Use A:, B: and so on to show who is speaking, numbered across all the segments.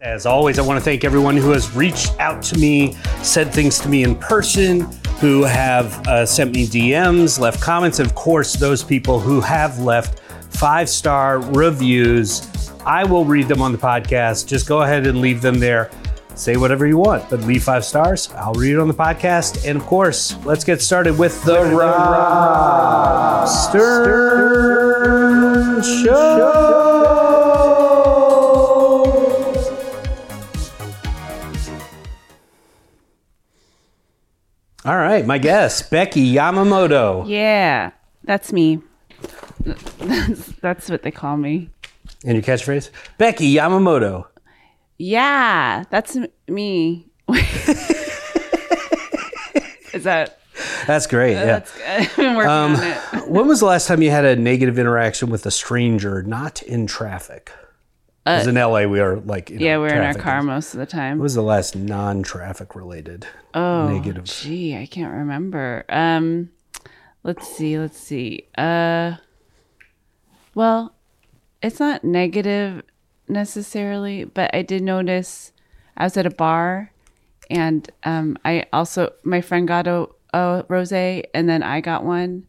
A: As always, I want to thank everyone who has reached out to me, said things to me in person, who have uh, sent me DMs, left comments, and of course, those people who have left five star reviews. I will read them on the podcast. Just go ahead and leave them there. Say whatever you want, but leave five stars. I'll read it on the podcast. And of course, let's get started with the Rob Stern Show. All right, my guest, Becky Yamamoto.
B: Yeah, that's me. That's, that's what they call me.
A: And your catchphrase? Becky Yamamoto.
B: Yeah, that's m- me. Is that?
A: That's great. yeah.
B: That's good. I've been working
A: Um,
B: on it.
A: when was the last time you had a negative interaction with a stranger, not in traffic? Because in LA, we are like, you know,
B: Uh, Yeah, we're in our
A: traffic
B: car
A: is-
B: most of the time.
A: What was the last non traffic related?
B: oh,
A: negative?
B: Gee, I can't remember. Um, let's see. Let's see. Uh, well, it's not negative necessarily, but I did notice I was at a bar, and um, I also my friend got a, a rosé, and then I got one,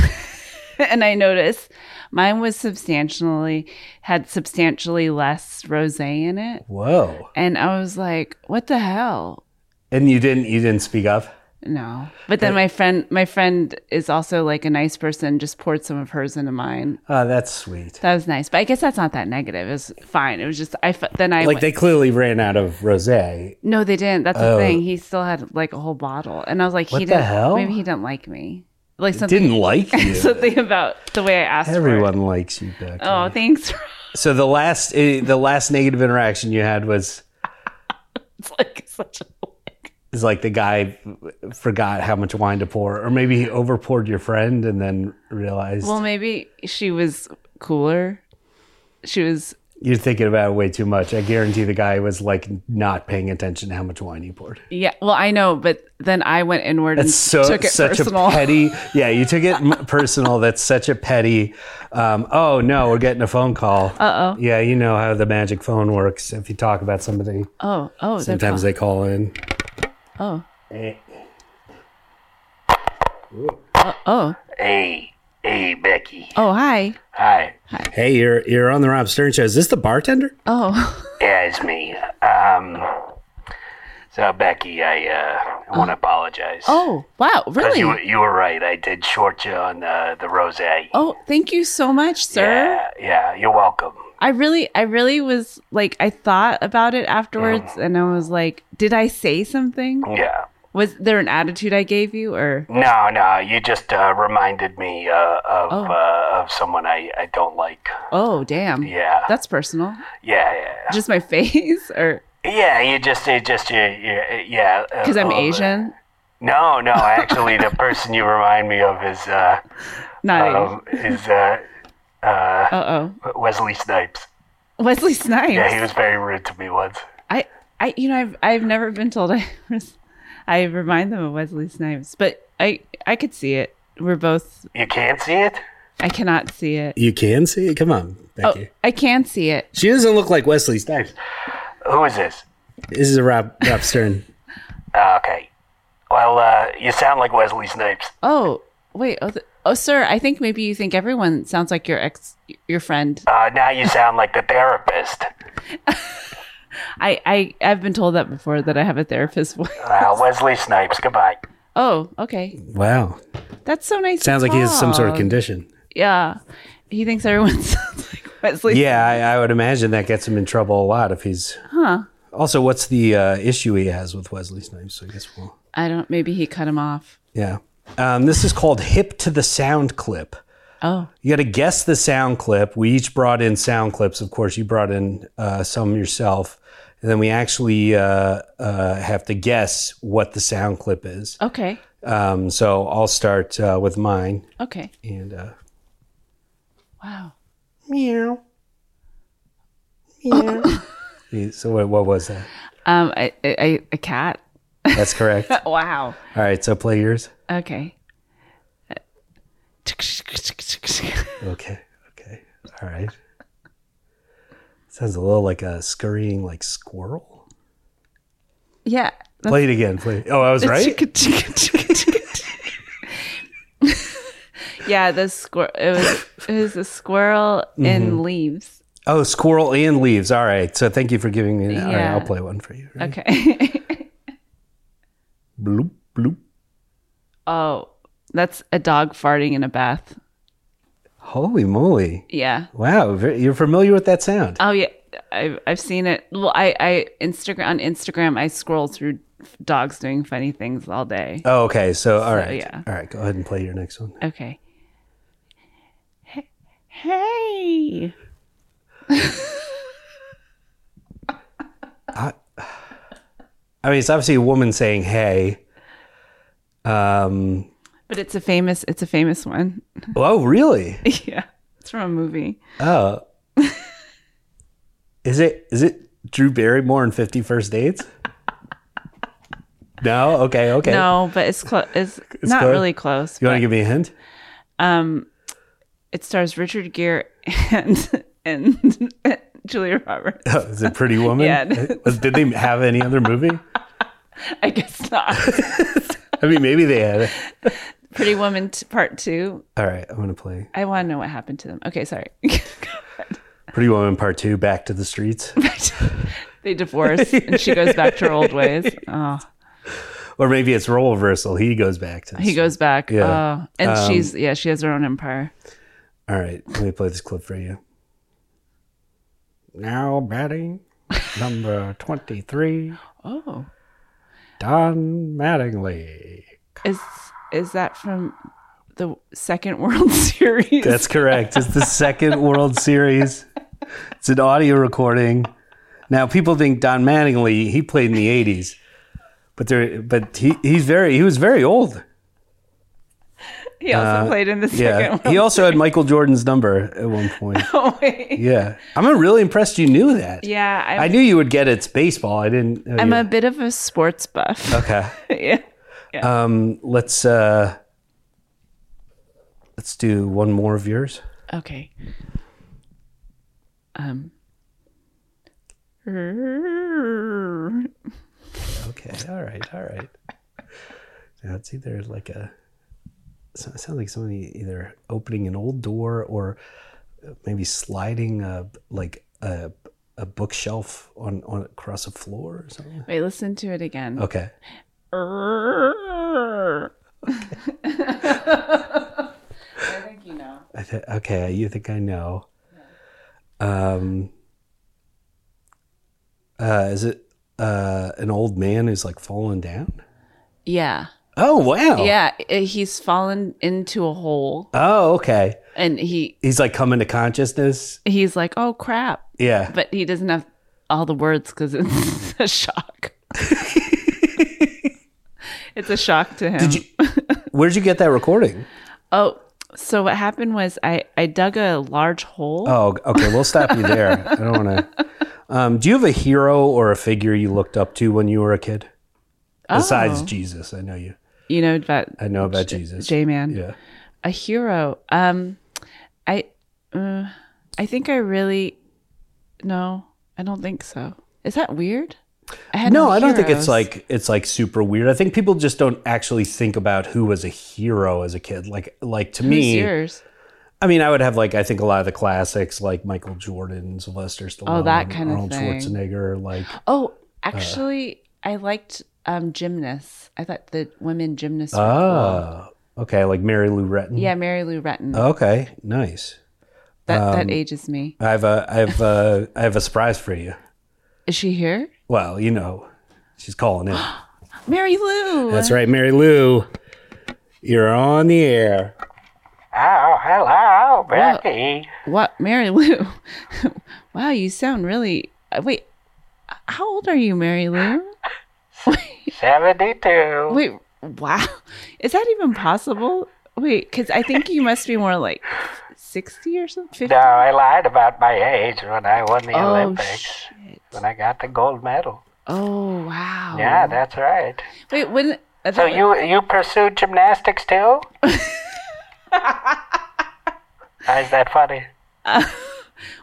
B: and I noticed mine was substantially had substantially less rosé in it,
A: Whoa.
B: and I was like, "What the hell?"
A: And you didn't you didn't speak up?
B: No. But then my friend my friend is also like a nice person, just poured some of hers into mine.
A: Oh, that's sweet.
B: That was nice. But I guess that's not that negative. It was fine. It was just I fe- then I
A: Like
B: went,
A: they clearly ran out of rosé.
B: No, they didn't. That's the thing. He still had like a whole bottle. And I was like,
A: What
B: he
A: the
B: didn't
A: hell?
B: maybe he didn't like me. Like something
A: Didn't like you.
B: something about the way I asked for it.
A: Everyone likes you, Becky.
B: Oh, thanks.
A: So the last eh, the last negative interaction you had was
B: it's like such a
A: is like the guy forgot how much wine to pour, or maybe he over poured your friend and then realized
B: Well, maybe she was cooler. She was
A: you're thinking about it way too much. I guarantee the guy was like not paying attention to how much wine he poured.
B: yeah, well, I know, but then I went inward and
A: That's so
B: took it
A: such
B: personal.
A: a petty. Yeah, you took it m- personal. That's such a petty. Um, oh no, we're getting a phone call. Uh oh. Yeah, you know how the magic phone works. If you talk about somebody,
B: oh, oh, they're
A: sometimes they call in.
B: Oh.
A: Eh.
B: Oh,
C: Hey, hey, Becky.
B: oh, hi.
C: Hi.
A: Hey, you're you're on the Rob Stern show. Is this the bartender?
B: Oh,
C: Yeah, it's me. Um, so Becky, I uh, want to apologize.
B: oh, wow,
C: 'Cause
B: really?
C: you were- you were right. I did short you on uh, the the rosé.
B: oh, thank you so much, sir.
C: Yeah, yeah. You're welcome.
B: I really, I really was like, I thought about it afterwards, and I was like, did I say something?
C: Yeah.
B: Was there an attitude I gave you, or
C: No, no. You just uh, reminded me uh, of
B: Oh.
C: uh, of someone I, I don't like.
B: oh, damn,
C: Yeah.
B: that's personal.
C: yeah, yeah.
B: Just my face, or
C: Yeah. You just you just you, you yeah. uh,
B: because I'm
C: uh,
B: Asian,
C: No, no. Actually, the person you remind me of is uh,
B: not Asian.
C: um, is uh, uh,
B: Uh
C: Wesley Snipes.
B: oh, Wesley Snipes.
C: Yeah, he was very rude to me once.
B: I, I, you know, I've I've never been told I, was- I remind them of Wesley Snipes, but I I could see it. We're both.
C: You can't see it?
B: I cannot see it.
A: You can see. it? Come on,
B: Oh,
A: Becky.
B: I can see it.
A: She doesn't look like Wesley Snipes.
C: Who is this?
A: This is a Rob Rob Stern.
C: Uh, okay. Well, uh, you sound like Wesley Snipes.
B: Oh, wait. Oh, th- oh, sir. I think maybe you think everyone sounds like your ex, your friend.
C: Uh, now you sound like the therapist.
B: I, I, I've been told that before that I have a therapist voice.
C: Uh, Wesley Snipes, goodbye.
B: Oh, okay.
A: Wow,
B: That's so nice.
A: sounds like he has some sort of
B: called.
A: condition.
B: Yeah, he thinks everyone sounds like Wesley.
A: Yeah, I, I would imagine that gets him in trouble a lot if he's. Huh. Also, what's the uh, issue he has with Wesley Snipes? I guess we'll.
B: I don't. Maybe he cut him off.
A: Yeah. Um, this is called Hip to the Sound Clip.
B: Oh,
A: You got to guess the sound clip. We each brought in sound clips. Of course, you brought in uh, some yourself. And then we actually uh, uh, have to guess what the sound clip is.
B: okay,
A: Um, so I'll start uh, with mine.
B: okay.
A: And uh,
B: Wow.
A: meow. Meow. so, what, what was that?
B: Um, I, I, I- a cat.
A: That's correct. All
B: Wow.
A: right. So, play yours.
B: Okay. Uh,
A: Okay. Okay. All right. Sounds a little like a scurrying like squirrel.
B: Yeah. that's-
A: Play it again. Play. It. Oh, I was right.
B: yeah, the squirrel. It was it was a squirrel in leaves.
A: Oh, squirrel and leaves. All right. So thank you for giving me. That. All right,
B: Yeah.
A: I'll play one for you. Ready?
B: Okay.
A: Bloop bloop.
B: oh, that's a dog farting in a bath.
A: Holy moly!
B: Yeah.
A: Wow, ve- you're familiar with that sound.
B: Oh yeah, I've I've seen it. Well, I I Instagram on Instagram I scroll through dogs doing funny things all day.
A: Oh, okay. So all right.
B: yeah.
A: All right. Go ahead and play your next one.
B: Okay. He- Hey.
A: I mean, it's obviously a woman saying "Hey." Um.
B: But it's a famous it's a famous one.
A: Oh, really?
B: yeah. It's from a movie.
A: Oh. is it is it Drew Barrymore in Fifty First Dates? no. Okay. Okay.
B: No, but it's close. It's, not
A: close.
B: really close.
A: You want
B: but
A: to give me a hint?
B: it stars Richard Gere and and Julia Roberts.
A: Oh, is it Pretty Woman?
B: Yeah.
A: Did they have any other movie?
B: I guess not.
A: I mean, maybe they had. it.
B: Pretty Woman t- Part Two.
A: All right, I'm gonna play
B: I want to know what happened to them. Okay, sorry.
A: Pretty Woman Part Two: Back to the Streets,
B: they divorce and she goes back to her old ways. Oh,
A: or maybe it's role reversal. He goes back to. The
B: he goes back.
A: Yeah. Um,
B: Oh, and she's yeah, she has her own empire.
A: All right, let me play this clip for you.
D: Now batting number 23,
B: Oh,
D: Don Mattingly.
B: is is that from the second World Series?
A: That's correct. It's the second World Series. It's an audio recording. Now people think Don Mattingly he played in the '80s, but there, but he he's very he was very old.
B: he also played in the
A: uh, Yeah,
B: second.
A: he
B: World
A: also had Michael Jordan's number at one point.
B: Oh, wait.
A: Yeah, I'm really impressed you knew that.
B: Yeah, I'm,
A: I knew you would get it's baseball. I didn't.
B: I'm a bit of a sports buff.
A: okay.
B: yeah.
A: Um, let's uh, let's do one more of yours.
B: Okay. Um.
A: Okay. All right. All right. Now it's either like a so- it sounds like somebody either opening an old door or maybe sliding a like a a bookshelf on on across a floor or something.
B: Wait, listen to it again.
A: Okay.
B: I think you know.
A: I th- okay. You think I know? Um. Uh, is it uh an old man who's like fallen down?
B: Yeah.
A: Oh wow.
B: Yeah. i- He's fallen into a hole
A: Oh, okay.
B: and he
A: He's like coming to consciousness.
B: he's like, oh crap.
A: Yeah.
B: But he doesn't have all the words because it's a shock. it's a shock to him.
A: Did you? Where'd you get that recording?
B: Oh, so what happened was I, I dug a large hole.
A: Oh, okay. We'll stop you there. I don't want to. Um, do you have a hero or a figure you looked up to when you were a kid? Besides
B: Oh.
A: Jesus, I know you.
B: You know about
A: I know about Jesus.
B: J Man.
A: yeah.
B: A hero. Um, I, uh, I think I really, no, I don't think so. Is that weird? I had
A: No, I don't think it's
B: heroes.
A: like it's like super weird. I think people just don't actually think about who was a hero as a kid. Like like to
B: Who's
A: me,
B: yours?
A: I mean, I would have like I think a lot of the classics like Michael Jordan, Sylvester Stallone,
B: Oh, that kind of
A: Arnold
B: thing.
A: Schwarzenegger. Like
B: Oh, actually, I liked um gymnasts. I thought the women gymnasts. Were cool.
A: oh, okay, like Mary Lou Retton.
B: Yeah, Mary Lou Retton.
A: Okay, nice.
B: that
A: Um.
B: that ages me.
A: I have a I have a I have a surprise for you.
B: Is she here?
A: Well, you know, she's calling in.
B: Mary Lou.
A: That's right, Mary Lou. You're on the air.
C: Oh, hello, Becky.
B: What, Mary Lou? wow, you sound really. uh, Wait, h- how old are you, Mary Lou?
C: 72.
B: Wait, wow, is that even possible? Wait, because I think you must be more like sixty or something. 50?
C: No, I lied about my age when I won the
B: oh
C: Olympics,
B: shit!
C: when I got the gold medal.
B: Oh wow!
C: Yeah, that's right.
B: Wait, when? uh, I
C: So
B: thought-
C: you you pursued gymnastics too? How's that funny?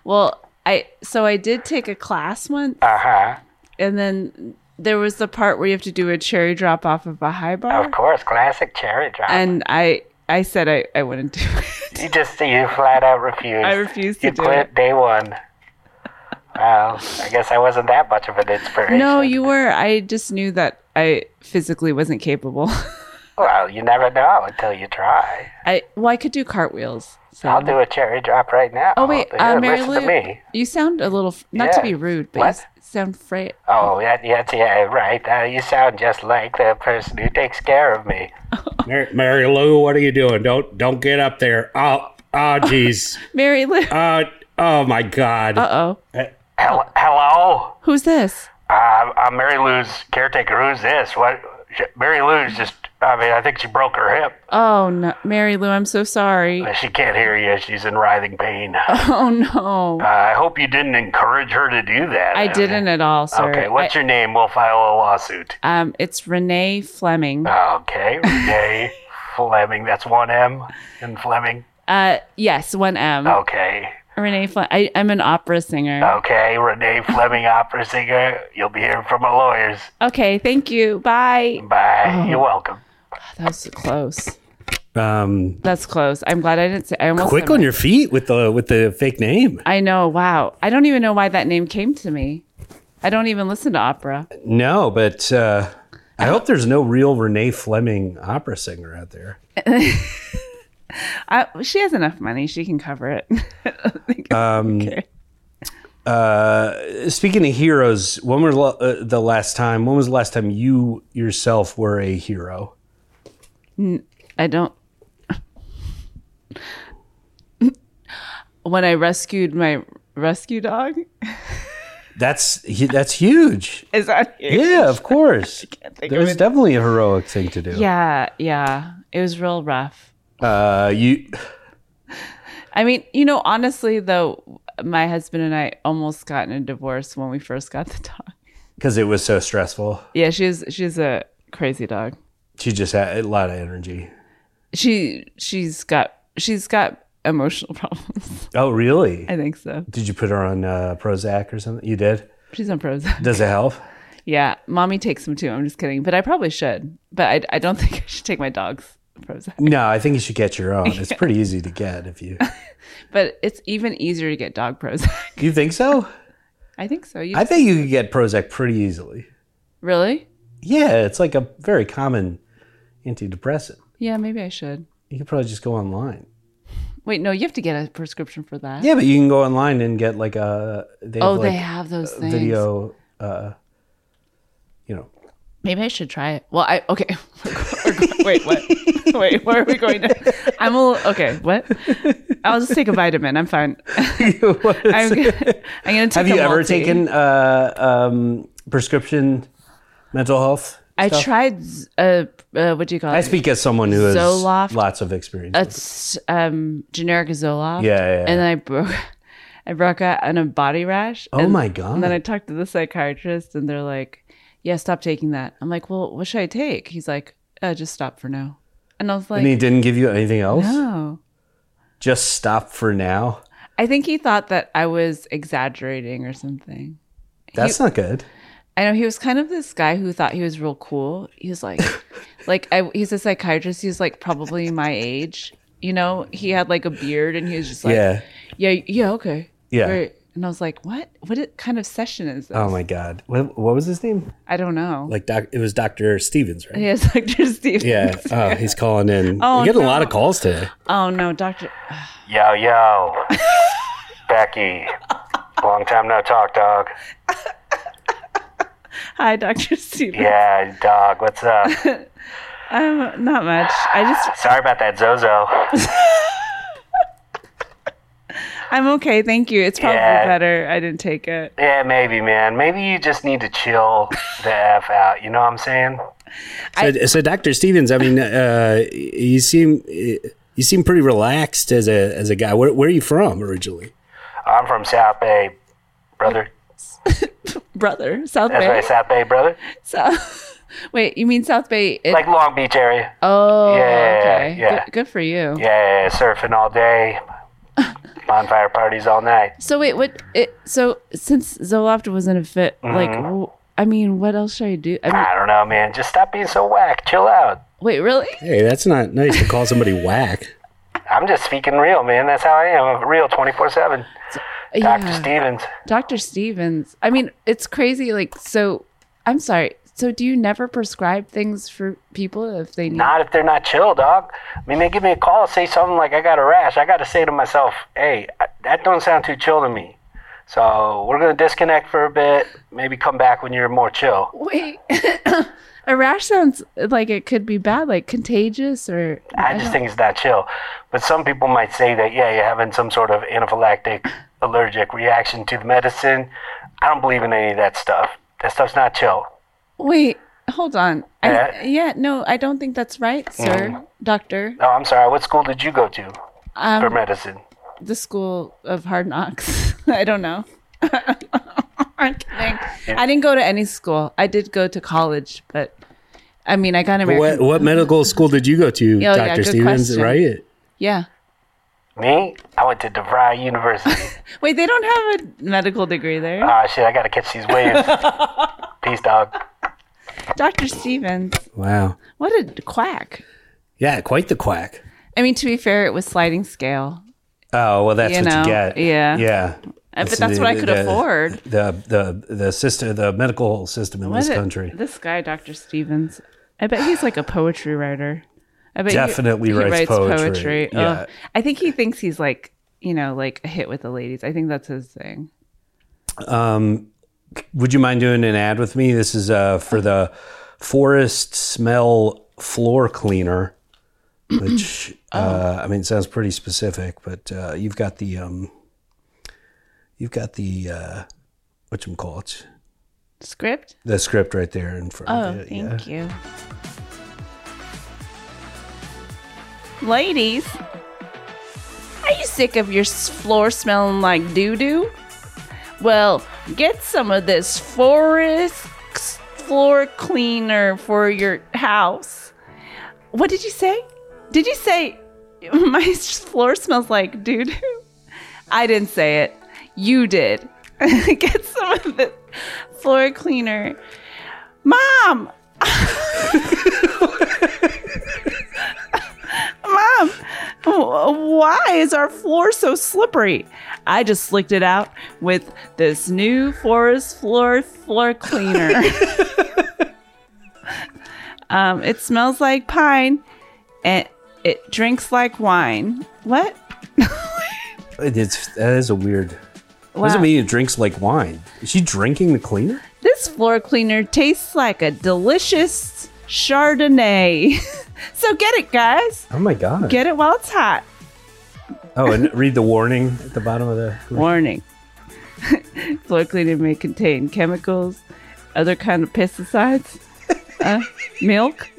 B: Well, I so I did take a class once,
C: Uh huh.
B: and then there was the part where you have to do a cherry drop off of a high bar,
C: Of course, classic cherry drop.
B: and I I said I I wouldn't do it.
C: you just you flat out refused.
B: I refused to
C: you
B: do
C: quit
B: it.
C: day one. Well, I guess I wasn't that much of an inspiration.
B: No, you were. I just knew that I physically wasn't capable.
C: Well, you never know until you try.
B: I well, I could do cartwheels. So.
C: I'll do a cherry drop right now.
B: Oh wait,
C: Here,
B: uh, Mary
C: listen to
B: Lou,
C: me.
B: you sound a little f- not to
C: Yeah.
B: be rude, but
C: What?
B: you s- sound fra-
C: Oh, yeah, yeah, yeah, right. Uh, you sound just like the person who takes care of me.
A: Mary, Mary Lou, what are you doing? Don't don't get up there. Oh, oh, jeez.
B: Mary Lou.
A: uh, oh my God.
B: Uh oh,
C: Hel- hello?
B: who's this?
C: Uh, I'm Mary Lou's caretaker. Who's this? What? Sh- Mary Lou's just, I mean, I think she broke her hip.
B: Oh no, Mary Lou, I'm so sorry.
C: She can't hear you. She's in writhing pain. Uh,
B: Oh no,
C: I hope you didn't encourage her to do that.
B: I didn't at all, sir.
C: Okay, what's your name? We'll file a lawsuit.
B: I- um, it's Renee Fleming.
C: Oh. Okay, Renee Fleming. That's one M in Fleming.
B: Uh, yes, one M.
C: Okay.
B: Renee Fle- I, I'm an opera singer.
C: Okay, Renee Fleming, opera singer. You'll be hearing from our lawyers.
B: Okay, thank you. Bye. Uh-huh.
C: Bye. You're welcome.
B: That was close.
A: Um,
B: That's close. I'm glad I didn't say. I almost
A: quick
B: said-
A: on your feet with the with the fake name.
B: I know. Wow. I don't even know why that name came to me. I don't even listen to opera.
A: No, but uh, I hope there's no real Renee Fleming opera singer out there.
B: I, she has enough money; she can cover it. I don't think- okay.
A: Speaking of heroes, when was la- uh, the last time? When was the last time you yourself were a hero?
B: I don't. when I rescued my rescue dog,
A: That's hu- that's huge.
B: is that you?
A: Yeah, of course.
B: think of
A: There's
B: it.
A: definitely a heroic thing to do.
B: Yeah, yeah. It was real rough.
A: Uh, you
B: I mean, you know, honestly, though, my husband and I almost got in a divorce when we first got the dog.
A: because it was so stressful.
B: Yeah, she's she's a crazy dog.
A: She just had a lot of energy.
B: She she's got she's got emotional problems.
A: Oh, really?
B: I think so.
A: Did you put her on uh, Prozac or something? You did.
B: She's on Prozac.
A: Does it help?
B: Yeah, mommy takes them too. I'm just kidding, but I probably should. But I, I don't think I should take my dog's Prozac.
A: No, I think you should get your own. It's pretty easy to get if you.
B: But it's even easier to get dog Prozac.
A: You think so?
B: I think so. You
A: I think you could get Prozac pretty easily.
B: really?
A: Yeah, it's like a very common antidepressant.
B: Yeah, maybe I should.
A: You could probably just go online.
B: Wait, no, you have to get a prescription for that.
A: Yeah, but you can go online and get like a they have
B: oh,
A: like
B: they have those things.
A: video. Uh, you know,
B: Maybe I should try it. Well, I okay. We're go- we're go- Wait, what? Wait, where are we going? To? I'm a little okay. What? I'll just take a vitamin. I'm fine.
A: What is
B: I'm,
A: it?
B: gonna- I'm gonna take.
A: have you
B: a
A: ever
B: multi.
A: taken uh, um, prescription mental health?
B: I tried. z- Uh, uh, what do you call it?
A: I speak as someone who has
B: Zoloft?
A: lots of experience.
B: Uh,
A: with
B: That's um generic Zoloft.
A: Yeah, yeah, yeah.
B: And then I broke I broke out on a body rash.
A: Oh
B: and,
A: my God.
B: And then I talked to the psychiatrist and they're like, Yeah, stop taking that. I'm like, Well, what should I take? He's like, uh, just stop for now. And I was like,
A: and he didn't give you anything else.
B: No.
A: Just stop for now.
B: I think he thought that I was exaggerating or something.
A: That's not good.
B: I know he was kind of this guy who thought he was real cool. He was like, like I, he's a psychiatrist. He's like probably my age. You know, he had like a beard and he was just like,
A: yeah.
B: yeah, yeah, okay.
A: Yeah.
B: Great. And I was like, what? What i- kind of session is this?
A: Oh my God. What, what was his name?
B: I don't know.
A: Like doc, it was Doctor Stevens, right?
B: yeah, it's Dr. Steve.
A: Yeah. Oh, he's calling in.
B: Oh,
A: you get a
B: no.
A: lot of calls today.
B: Oh, no, Dr.
C: Yo, yo. Becky. Long time no talk, dog.
B: Hi, Dr. Steve.
C: Yeah, dog, what's up?
B: Um, not much. I just,
C: Sorry about that, Zozo.
B: I'm okay. Thank you. It's probably
C: Yeah.
B: better. I didn't take it.
C: Yeah, maybe, man. Maybe you just need to chill the F out. You know what I'm saying?
D: So, so Dr. Stevens, I mean, uh, you seem you seem pretty relaxed as a as a guy. Where, where are you from originally?
C: I'm from South Bay, brother.
B: Brother, South
C: That's
B: Bay.
C: right, South Bay, brother.
B: South- Wait, you mean South Bay? It-
C: Like Long Beach area.
B: oh,
C: Yeah,
B: okay.
C: yeah.
B: Good, good for you.
C: Yeah, surfing all day. bonfire parties all night.
B: So wait, what? It, so since Zoloft wasn't a fit, like,
C: Mm-hmm.
B: w- I mean, what else should I do? I mean,
C: I don't know, man. Just stop being so whack. Chill out.
B: wait, really?
D: Hey, that's not nice to call somebody whack.
C: I'm just speaking real, man. That's how I am. Real 24 7. Dr.
B: Yeah.
C: Stevens.
B: Dr. Stevens. I mean, it's crazy. Like, so I'm sorry. So do you never prescribe things for people if they need?
C: Not if they're not chill, dog. I mean, they give me a call, say something like, I got a rash. I got to say to myself, hey, I- that don't sound too chill to me. So we're going to disconnect for a bit. Maybe come back when you're more chill.
B: Wait, a rash sounds like it could be bad, like contagious or.
C: I just think it's not chill. But some people might say that, yeah, you're having some sort of anaphylactic allergic reaction to the medicine. I don't believe in any of that stuff. That stuff's not chill.
B: Wait, hold on. I,
C: Yeah.
B: yeah, no, I don't think that's right, sir, doctor.
C: No, I'm sorry. What school did you go to for medicine?
B: The school of hard knocks. I don't know. I'm kidding. I didn't go to any school. I did go to college, but I mean, I got American.
D: What what medical school did you go to,
B: yeah,
D: Doctor
B: good
D: Stevens?
B: question.
D: Right?
B: Yeah.
C: Me? I went to DeVry University.
B: Wait, they don't have a medical degree there.
C: Ah, shit, I gotta catch these waves. Peace, dog.
B: Dr. Stevens,
D: Wow.
B: what a quack.
D: Yeah, quite the quack.
B: I mean, to be fair, it was sliding scale.
A: Oh well, that's
B: You
A: what
B: know,
A: you get.
B: yeah.
A: yeah.
B: but that's what I could afford.
A: The the the system, the medical system in
B: What
A: this
B: a-
A: country.
B: This guy, Dr. Stevens, I bet he's like a poetry writer. I bet he-
A: Definitely
B: he,
A: writes poetry.
B: Ugh.
A: Yeah.
B: I think he thinks he's like, you know, like a hit with the ladies. I think that's his thing.
A: Would you mind doing an ad with me? This is uh, for the Forest Smell Floor Cleaner, which
B: Oh.
A: uh, I mean sounds pretty specific, but uh, you've got the um, you've got the uh, what you call it
B: Script?
A: the script right there in front
B: Oh,
A: of you. yeah.
B: thank you. Ladies, are you sick of your s- floor smelling like doo doo? Well, get some of this forest s- floor cleaner for your house. What did you say? Did you say my s- floor smells like doo doo? I didn't say it. You did. get some of the floor cleaner. Mom! Mom, w- why is our floor so slippery? I just slicked it out with this new forest floor floor cleaner. um, it smells like pine and it drinks like wine. What?
A: It's that is a weird. Doesn't
B: Wow.
A: mean it drinks like wine. Is she drinking the cleaner?
B: This floor cleaner tastes like a delicious Chardonnay. so get it, guys.
A: Oh my god!
B: Get it while it's hot.
A: oh, and read the warning at the bottom of the.
B: Warning. Floor cleaner may contain chemicals, other kind of pesticides, uh, milk,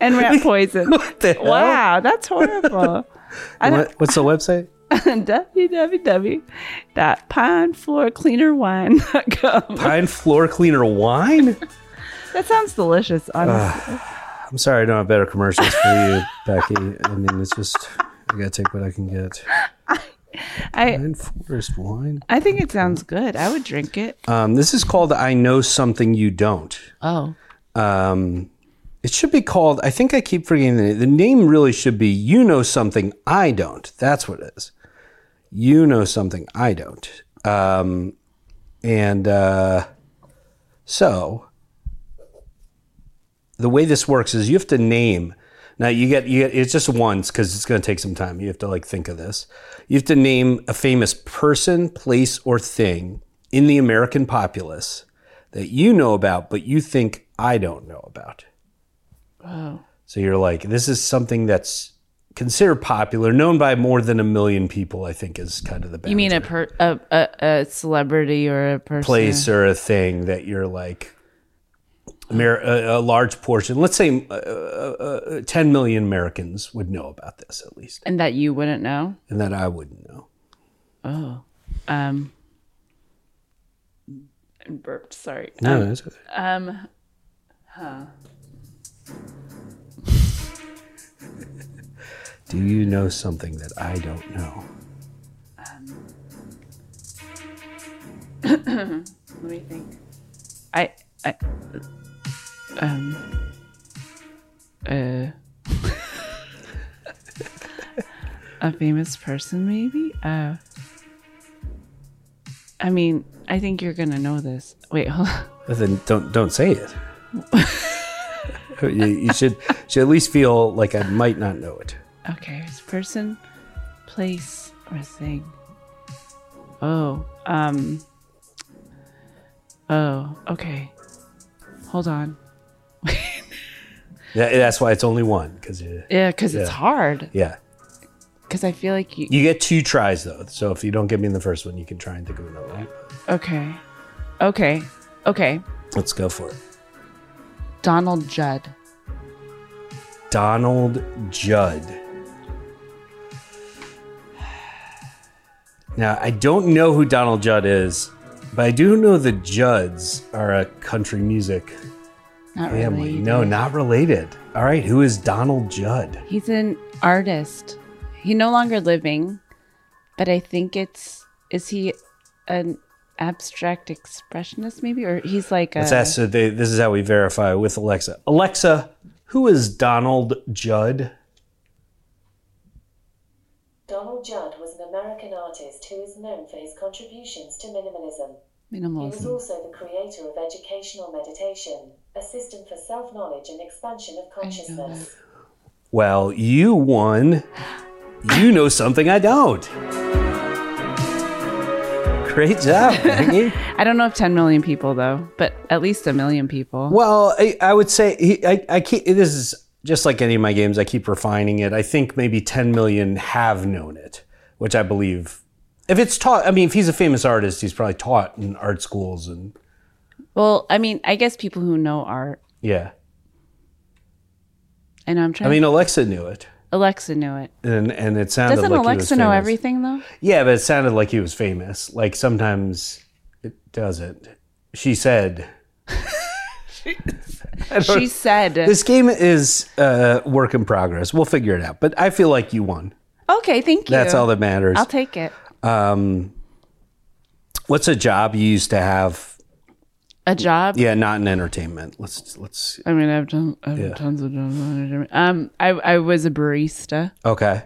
B: and rat poison.
A: What the hell?
B: Wow, that's horrible. I don't-
A: What, what's the website?
B: www.pinefloorcleanerwine.com.
A: Pine floor cleaner wine.
B: That sounds delicious, honestly.
A: I'm sorry I don't have better commercials for you, Becky. I mean, it's just I gotta take what I can get.
B: I,
A: Pine forest wine.
B: I think it sounds good. I would drink it.
A: Um, this is called "I Know Something You Don't."
B: Oh.
A: Um, it should be called. I think I keep forgetting the name. The name really should be "You Know Something I Don't." That's what it is. You know something I don't. Um, and uh, so the way this works is you have to name. Now you get you get, it's just once because it's going to take some time. You have to like think of this. You have to name a famous person, place, or thing in the American populace that you know about, but you think I don't know about. So you're like, this is something that's considered popular, known by more than a million people. I think is kind of the
B: You mean a, per, a, a, a celebrity or a person?
A: place or a thing that you're like Amer- a, a large portion let's say uh, uh, uh, 10 million americans would know about this at least
B: And that you wouldn't know?
A: and that i wouldn't know
B: Um, and burped. Sorry.
A: no that's Do you know something that I don't know?
B: What do you think? I, I, um, uh, a famous person, maybe? Uh, I mean, I think you're gonna know this. Wait, hold on.
A: But then don't don't say it. you, you should should at least feel like I might not know it.
B: Okay, it's person, place, or thing. Oh, um. Oh, okay. Hold on.
A: That- that's why it's only one because
B: Yeah, because it's
A: Yeah.
B: hard.
A: yeah.
B: Because I feel like you.
A: You get two tries though, so if you don't get me in the first one, you can try and think of another one.
B: Okay. Okay. Okay.
A: Let's go for it.
B: Donald Judd.
A: Donald Judd. Now, I don't know who Donald Judd is, but I do know the Judds are a country music
B: Not
A: family.
B: really.
A: No, not related. All right, who is Donald Judd?
B: He's an artist. He no longer living, but I think it's is he an abstract expressionist maybe or he's like a
A: Let's ask. So they, this is how we verify with Alexa. Alexa, who is Donald Judd?
E: Donald Judd was an American artist who is known for his contributions to minimalism. He was
B: minimalism.
E: also the creator of educational meditation, a system for self knowledge and expansion of consciousness.
A: Well, you won. You know something I don't. Great job, Maggie.
B: I don't know if 10 million people though, but at least a million people.
A: Well, I, I would say he- I, I keep this is just like any of my games. I keep refining it. I think maybe 10 million have known it, which I believe. If it's taught, I mean, if he's a famous artist, he's probably taught in art schools and
B: Well, I mean, I guess people who know art.
A: yeah.
B: I know I'm
A: I
B: trying.
A: mean, Alexa knew it,
B: Alexa knew it.
A: and and it sounded
B: Doesn't
A: like he was
B: Alexa know
A: famous.
B: everything though?
A: Yeah, but it sounded like he was famous. Like sometimes it doesn't. She said
B: She said.
A: this game is uh, work in progress. We'll figure it out. But I feel like you won.
B: okay, thank you.
A: That's all that matters. Um,
B: I'll take it.
A: What's a job you used to have?
B: A job.
A: Yeah, not in entertainment. Let's let's.
B: I mean, I've done I've done tons of jobs. Um, I I was a barista.
A: Okay.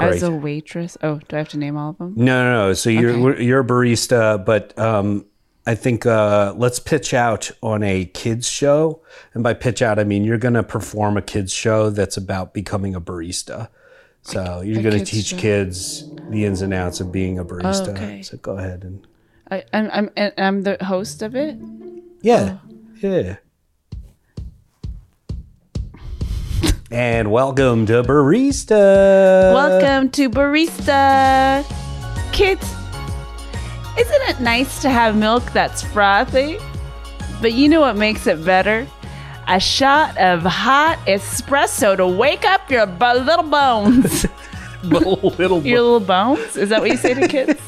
B: I was
A: Great.
B: a waitress. Oh, do I have to name all of them?
A: No, no, no. So you're
B: Okay.
A: you're a barista, but um, I think uh, let's pitch out on a kids show, and by pitch out I mean you're gonna perform a kids show that's about becoming a barista. So you're gonna
B: kids
A: teach
B: show.
A: kids the ins and outs of being a barista.
B: okay.
A: So go ahead and
B: I, I'm I'm and I'm the host of it.
A: yeah,
B: Oh.
A: yeah. And welcome to Barista.
B: Welcome to barista, kids. Isn't it nice to have milk that's frothy? But you know what makes it better? A shot of hot espresso to wake up your bu- little bones.
A: little
B: your little bones? Is that what you say to kids?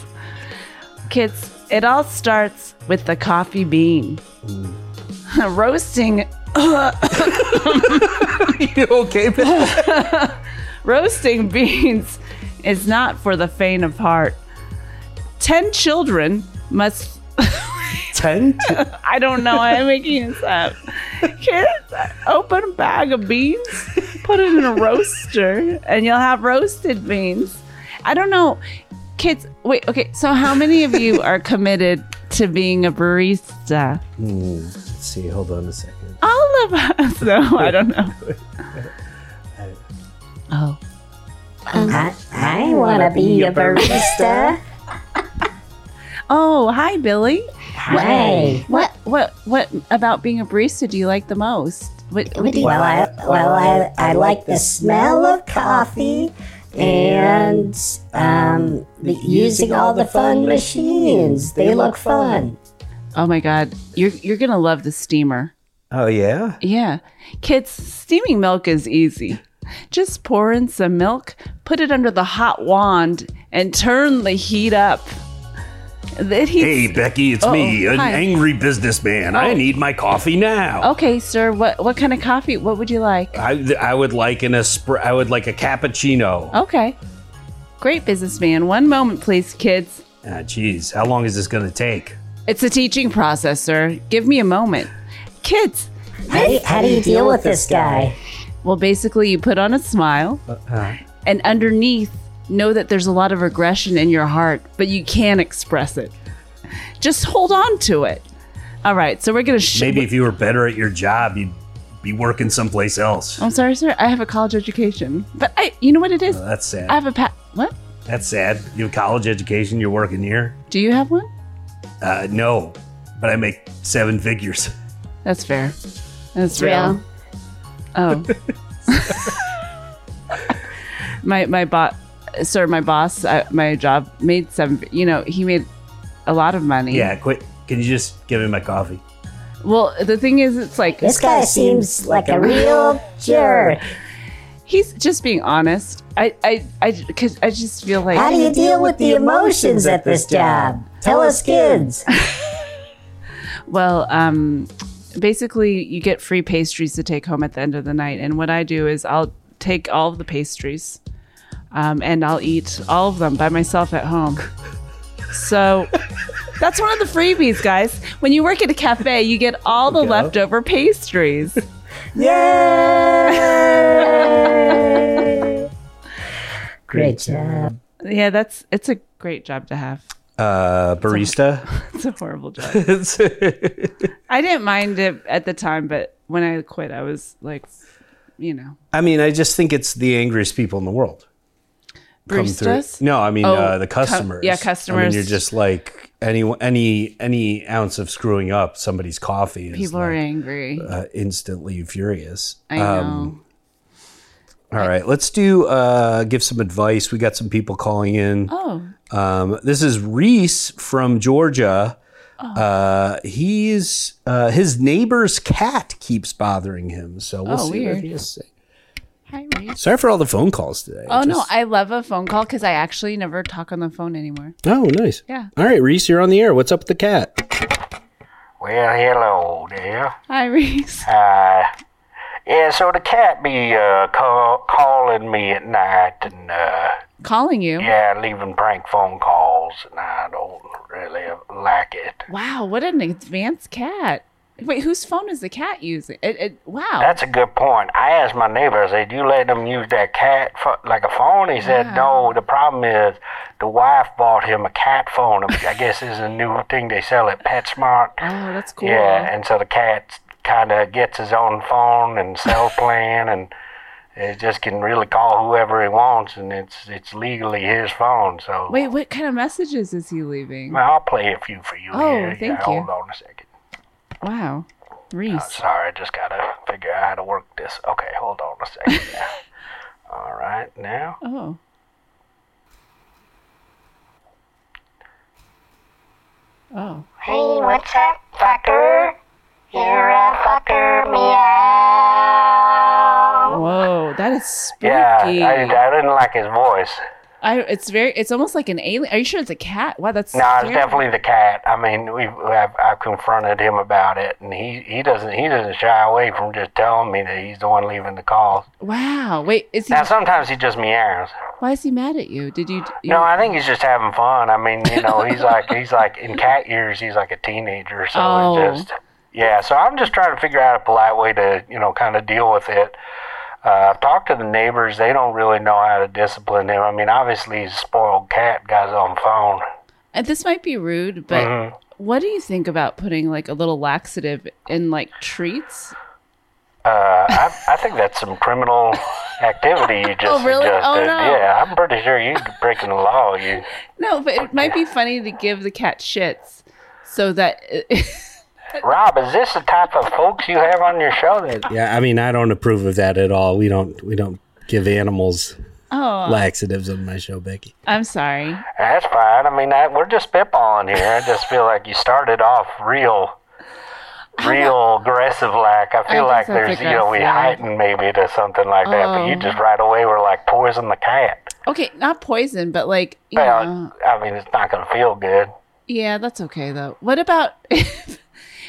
B: kids, it all starts with the coffee bean.
A: Mm.
B: roasting
A: You okay, Bill?
B: roasting beans is not for the faint of heart. 10 children must
A: Ten.
B: I don't know. I'm making this up. Kids, open a bag of beans, put it in a roaster, and you'll have roasted beans. I don't know. Kids, wait, okay. So, how many of you are committed to being a barista?
A: Let's see. Hold on a second.
B: All of us. No, I don't know. Oh.
F: I wanna be a barista.
B: Oh, hi, Billy.
F: Why?
B: What, what, what about being a barista do you like the most? What, what do you
F: Well, I, well, I, I like the smell of coffee and um, the, using all the fun machines. They look fun.
B: Oh my God, you're you're gonna love the steamer.
A: Oh yeah.
B: Yeah. Kids, steaming milk is easy. Just pour in some milk, put it under the hot wand, and turn the heat up. That he-
A: Hey, Becky, it's me,
B: Uh-oh,
A: an
B: hi. Oh.
A: angry businessman. I need my coffee now.
B: Okay, sir. What what kind of coffee? What would you like?
A: I, I would like an espr- I would like a cappuccino.
B: Okay. Great businessman. One moment, please, kids.
A: Ah, jeez, how long is this gonna take?
B: It's a teaching process, sir. Give me a moment. Kids.
F: How do, you, how do you deal with this guy?
B: Well, basically, you put on a smile,
A: Uh,
B: and underneath, know that there's a lot of regression in your heart, but you can't express it. Just hold on to it. All right, so we're gonna. Sh-
A: Maybe if you were better at your job, you'd be working someplace else.
B: I'm sorry, sir. I have a college education, but I, you know what it is.
A: That's sad.
B: I have a pat. What?
A: That's sad. You have college education. You're working here.
B: Do you have one?
A: Uh, no, but I make seven figures.
B: That's fair. That's real. Oh. my my boss, sir, my boss, uh, my job made some. You know, he made a lot of money.
A: Yeah, quit. Can you just give me my coffee?
B: Well, the thing is, it's like
F: This guy seems like a real jerk.
B: he's just being honest. I I I, cause I just feel like
F: How do you deal with the emotions at this job? Tell us, kids.
B: Well, um, basically, you get free pastries to take home at the end of the night. And what I do is I'll take all of the pastries um, and I'll eat all of them by myself at home. So that's one of the freebies, guys. When you work at a cafe, you get all the leftover pastries.
F: Yay! Great job.
B: yeah, that's it's a great job to have.
A: Uh, barista.
B: It's a horrible job. I didn't mind it at the time, but when I quit, I was like, you know,
A: I mean, I just think it's the angriest people in the world. come through-
B: baristas.
A: No, I mean
B: Oh,
A: uh, the
B: cu- yeah,
A: customers. I mean,
B: customers.
A: you're just like any any any ounce of screwing up somebody's coffee. Is
B: People
A: like,
B: are angry.
A: uh, instantly furious.
B: I know.
A: all right, let's do uh, give some advice. We got some people calling in.
B: oh,
A: Um, this is Reese from Georgia.
B: Oh.
A: Uh, he's uh, his neighbor's cat keeps bothering him, so we'll
B: Oh,
A: see what
B: weird.
A: he has to say.
B: hi, Reese.
D: Sorry for all the phone calls today.
B: Oh no,
D: Just-
B: I love a phone call because I actually never talk on the phone anymore.
D: oh, nice.
B: Yeah.
D: All right, Reese, you're on the air. What's up with the cat?
C: Well, hello there.
B: Hi, Reese.
C: Uh, yeah, so the cat be uh, call, calling me at night and uh,
B: Calling you.
C: yeah, leaving prank phone calls, and I don't really like it.
B: Wow, what an advanced cat. Wait, whose phone is the cat using? It, it, wow.
C: That's a good point. I asked my neighbor, I said, "Do you let them use that cat pho- like a phone?" He said, "No. The problem is the wife bought him a cat phone. I guess this is a new thing they sell at PetSmart."
B: Oh, that's cool.
C: Yeah, and so the cat kind of gets his own phone and cell plan, and it just can really call whoever he wants, and it's it's legally his phone. So
B: Wait, what kind of messages is he leaving?
C: Well, I'll play a few for you
B: Oh,
C: here.
B: thank
C: yeah, Hold
B: you.
C: on a second.
B: Wow, Reese.
C: Sorry, I just gotta figure out how to work this. Okay, hold on a second. now. All right, now.
B: Oh, oh,
G: Hey, what's up, fucker? You're a fucker, meow.
B: whoa, that is
C: Yeah,
B: spooky.
C: I, I didn't like his voice.
B: I, it's very, it's almost like an alien. Are you sure it's a cat? Wow, that's
C: No, it's
B: terrible.
C: definitely the cat. I mean, we've I've, I've confronted him about it, and he, he doesn't he doesn't shy away from just telling me that he's the one leaving the calls.
B: Wow. Wait, is he?
C: Now sometimes he just meows.
B: Why is he mad at you? Did you? you
C: No, I think he's just having fun. I mean, you know, he's like he's like in cat years, he's like a teenager, so
B: Oh.
C: it just yeah. So I'm just trying to figure out a polite way to you know kind of deal with it. Uh, I've talked to the neighbors; they don't really know how to discipline him. I mean, obviously he's a spoiled cat, guy's on phone.
B: and this might be rude, but
C: Mm-hmm.
B: what do you think about putting like a little laxative in like treats?
C: Uh, I, I think that's some criminal activity you just
B: Oh, really? Oh,
C: suggested.
B: no.
C: Yeah, I'm pretty sure you're breaking the law. You
B: No, but it might be funny to give the cat shits so that.
C: Rob, is this the type of folks you have on your show? That
D: Yeah, I mean, I don't approve of that at all. We don't we don't give animals
B: oh,
D: laxatives on my show, Becky.
B: I'm sorry.
C: That's fine. I mean, I, we're just spitballing here. I just feel like you started off real, real aggressive. Like I feel
B: I
C: like
B: guess
C: there's
B: that's
C: you know we
B: aggressive.
C: heightened maybe to something like that, but you
B: Oh.
C: just right away were like poison the cat.
B: Okay, not poison, but like you
C: Well,
B: know.
C: I mean, it's not gonna feel good.
B: Yeah, that's okay though. What about if,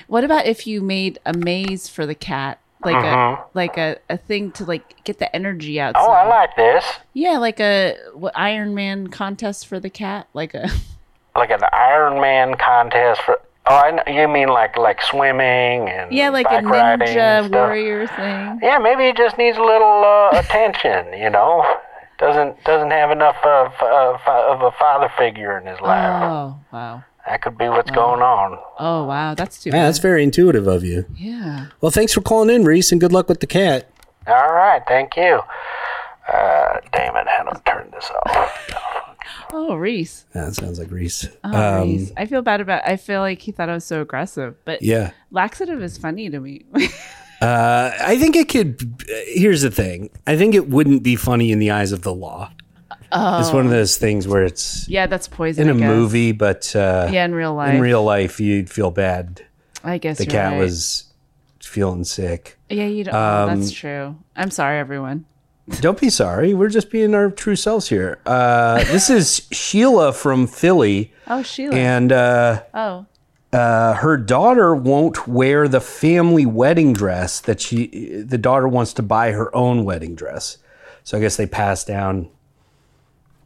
B: what about if you made a maze for the cat? Like a like a, a thing to like get the energy out.
C: Mm-hmm. Oh, I like this.
B: yeah, like a what, Iron Man contest for the cat, like a
C: Like an Iron Man contest for. Oh, I know, you mean like like swimming and
B: yeah, like a
C: bike riding and
B: ninja
C: stuff.
B: warrior thing.
C: Yeah, maybe it just needs a little uh, attention. You know, doesn't doesn't have enough of of, of a father figure in his life.
B: Oh wow!
C: that could be what's going on.
B: Oh wow! That's too.
D: Yeah, that's
B: bad.
D: very intuitive of you.
B: yeah.
D: Well, thanks for calling in, Reese, and good luck with the cat.
C: All right, thank you. Uh, damn it, how do I turn this off?
B: Oh Reese.
D: That sounds like Reese.
B: Oh,
A: Um,
B: Reese. I feel bad about. I feel like he thought I was so aggressive, but
D: Yeah.
B: laxative is funny to me.
D: Uh, I think it could.
A: uh,
D: Here's the thing. I think it wouldn't be funny in the eyes of the law. It's
B: Oh.
D: one of those things where it's
B: yeah, that's poison.
A: in a
B: I guess.
A: movie, but uh,
B: Yeah, in real life.
A: in real life, you'd feel bad.
B: I guess
A: The
B: you're
A: cat
B: right.
A: was um, feeling sick.
B: Yeah, you don't. oh, that's true. I'm sorry, everyone.
A: Don't be sorry. We're just being our true selves here. Uh, this is Sheila from Philly,
B: Oh Sheila.
A: and uh,
B: oh.
A: uh, her daughter won't wear the family wedding dress that she. The daughter wants to buy her own wedding dress, so I guess they pass down.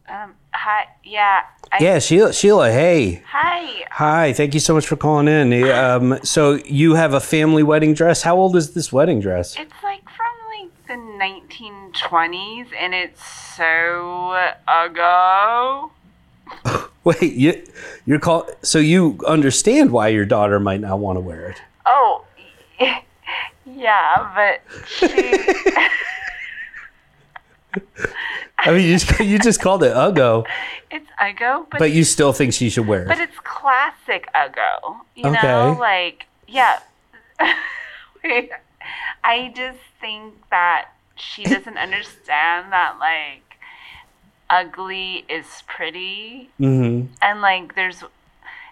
G: Um, hi, yeah. I,
A: Yeah, Sheila. Sheila, hey,
G: Hi.
A: hi. Thank you so much for calling in. Um, so you have a family wedding dress. How old is this wedding dress?
G: It's like from like the 1920s, and it's so ago.
A: Wait, you, you're call so you understand why your daughter might not want to wear it.
G: Oh, yeah, but she,
A: I mean, you just, you just called it uggo,
G: it's ago, but,
A: but you still think she should wear
G: but
A: it.
G: it's classic ago. You know,
A: Okay.
G: like yeah. Wait, I just think that she doesn't understand that like ugly is pretty,
A: Mm-hmm.
G: and like there's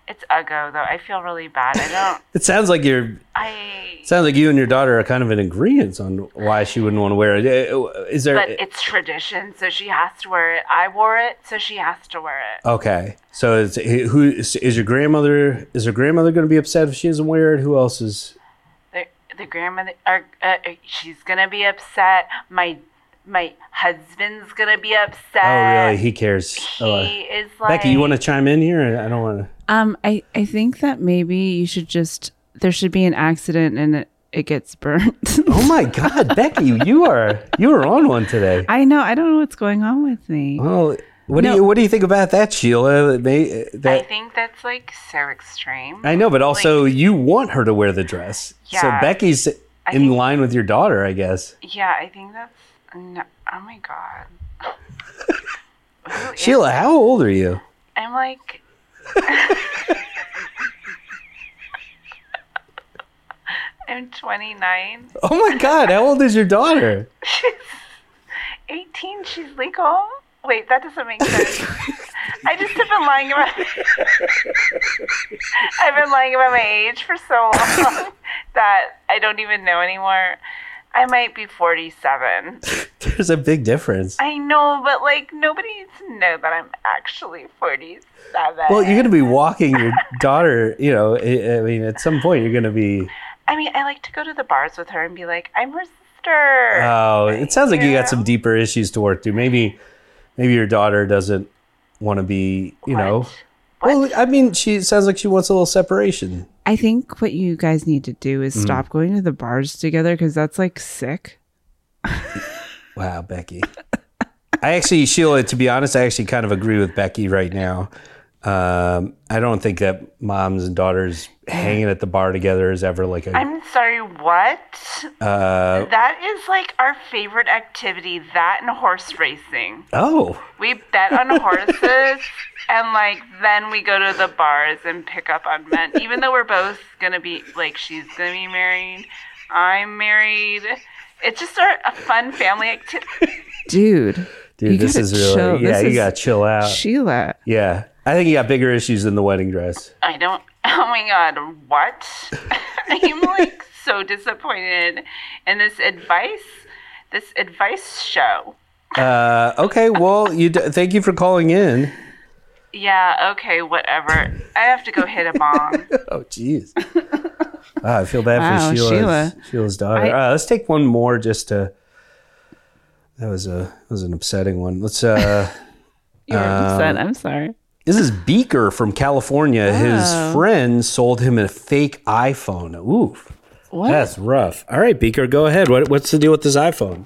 G: it's ago though. I feel really bad. I don't.
A: It sounds like you're
G: I.
A: sounds like you and your daughter are kind of in agreement on why she wouldn't want to wear it. Eh, Is there
G: But it's tradition, so she has to wear it. I wore it, so she has to wear it.
A: okay? So it's, who is, is your grandmother? Is her grandmother going to be upset if she doesn't wear it? Who else is?
G: the the grandmother are, uh, she's gonna be upset my my husband's gonna be upset
A: Oh, really? He cares.
G: he
A: a lot.
G: is like
A: Becky, you want to chime in here? I don't want to.
B: Um, I I think that maybe you should just there should be an accident and it, it gets burnt.
A: Oh my God, Becky, you are you are on one today.
B: I know. I don't know what's going on with me.
A: Well, what
B: No.
A: do you what do you think about that, Sheila? It may-
G: i
A: that
G: think that's like so extreme
A: I know, but also you want her to wear the dress, so
G: Yeah.
A: Becky's in
G: think-
A: line with your daughter, I guess.
G: yeah i think that's no, oh my god Who is-
A: Sheila, how old are you?
G: i'm like i'm 29
A: Oh my God, how old is your daughter?
G: She's 18. She's legal. Wait, that doesn't make sense. I just have been lying about. I've been lying about my age for so long that I don't even know anymore. I might be 47.
A: There's a big difference.
G: I know, but like nobody needs to know that I'm actually 47.
A: Well, you're going to be walking your daughter. You know, I I mean, at some point you're going to be.
G: I mean, I like to go to the bars with her and be like, "I'm her sister."
A: Oh, it sounds like you got some deeper issues to work through. Maybe, maybe your daughter doesn't want to be. You know. Well, I mean, she it sounds like she wants a little separation.
B: I think what you guys need to do is stop going to the bars together because that's like sick.
A: Wow, Becky. I actually, Sheila, to be honest, I actually kind of agree with Becky right now. Um, I don't think that moms and daughters hanging at the bar together is ever like a.
G: I'm sorry, what?
A: Uh,
G: That is like our favorite activity, that and horse racing.
A: oh,
G: We bet on horses and like then we go to the bars and pick up on men. Even though we're both gonna be like she's gonna be married, I'm married. It's just our, a fun family activity.
B: Dude,
A: dude,
B: You
A: this
B: gotta
A: is really.
B: chill.
A: Yeah,
B: This
A: you
B: is-
A: got to chill out.
B: Sheila.
A: yeah. I think you got bigger issues than the wedding dress.
G: I don't oh my god, what? I'm like so disappointed in this advice this advice show.
A: Uh, okay, well, you d- thank you for calling in.
H: yeah, okay, whatever. I have to go hit a bomb.
A: Oh, jeez. Wow, I feel bad for
B: Wow,
A: Sheila's,
B: Sheila.
A: Sheila's daughter.
B: I-
A: uh, let's take one more just to. That was a that was an upsetting one. Let's. uh
B: You were upset. I'm sorry.
A: This is Beaker from California.
B: Oh.
A: His friend sold him a fake iPhone. Ooh,
B: What?
I: That's rough. All right, Beaker, go ahead. What, what's the deal with this iPhone?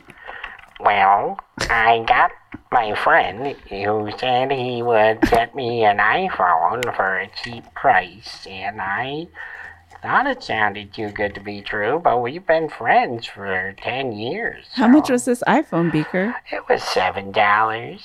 C: Well, I got my friend who said he would get me an iPhone for a cheap price, and I thought it sounded too good to be true, but we've been friends for 10 years.
B: How much was this iPhone beaker?
C: It was $7.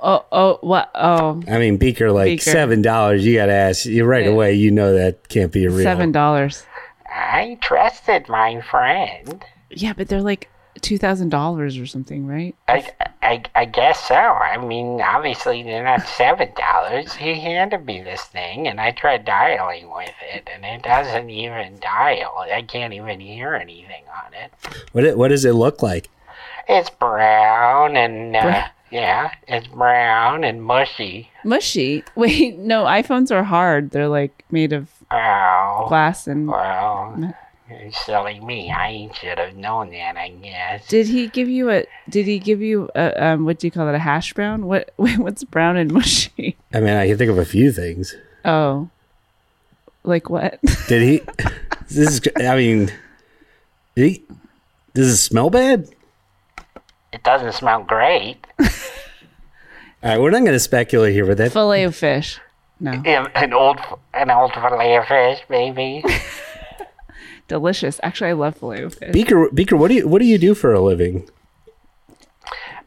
B: Oh, oh, what? Oh,
I: I mean, Beaker, like
B: Beaker.
I: seven dollars. You got to ask. You right away. You know that can't be a real.
B: seven dollars.
C: I trusted my friend.
B: Yeah, but they're like two thousand dollars or something, right?
C: I, I, I guess so. I mean, obviously, they're not seven dollars. He handed me this thing, and I tried dialing with it, and it doesn't even dial. I can't even hear anything on it.
I: What it, What does it look like?
C: It's brown and uh, yeah, it's brown and mushy.
B: Mushy. Wait, no, iPhones are hard. They're like made of
C: Oh,
B: glass and.
C: well, silly me. I should have known that. I guess.
B: Did he give you a? Did he give you a? Um, what do you call it? A hash brown? What? What's brown and mushy?
I: I mean, I can think of a few things.
B: Oh, like what?
I: Did he? this is. I mean, did he? Does it smell bad?
C: It doesn't smell great.
I: All right, we're not going to speculate here with that.
B: Filet of fish. No,
C: An an old, an old fillet of fish, maybe.
B: delicious. Actually, I love filet of fish.
I: Beaker, Beaker, what do you what do you do for a living?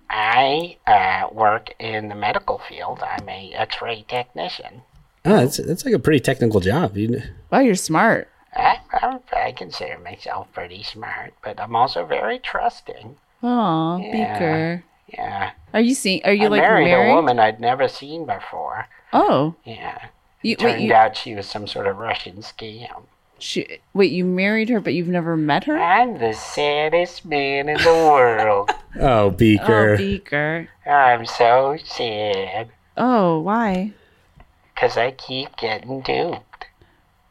C: I uh, work in the medical field. I'm a X-ray technician.
I: Oh, that's that's like a pretty technical job. You,
B: Wow, you're smart.
C: I, I, I consider myself pretty smart, but I'm also very trusting.
B: Oh, Beaker.
C: Yeah,
B: Are you seeing? Are you
C: I
B: like
C: married,
B: married?
C: a woman I'd never seen before.
B: Oh,
C: Yeah,
B: you, wait,
C: turned
B: you,
C: out she was some sort of Russian scam.
B: she, wait, you married her, but you've never met her.
C: I'm the saddest man in the world.
I: oh, Beaker,
B: Oh, Beaker.
C: I'm so sad
B: Oh, why?
C: because I keep getting duped.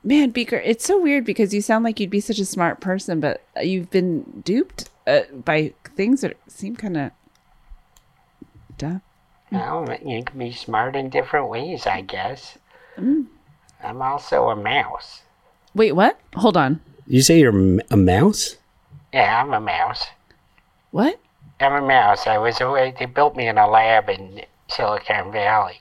B: Man, Beaker, it's so weird because you sound like you'd be such a smart person, but you've been duped uh, by things that seem kind of dumb.
C: Well, you can be smart in different ways, I guess.
B: Mm.
C: I'm also a mouse.
B: Wait, what? Hold on.
I: you say you're m- a mouse?
C: Yeah, I'm a mouse.
B: What?
C: I'm a mouse. I was away. They built me in a lab in Silicon Valley.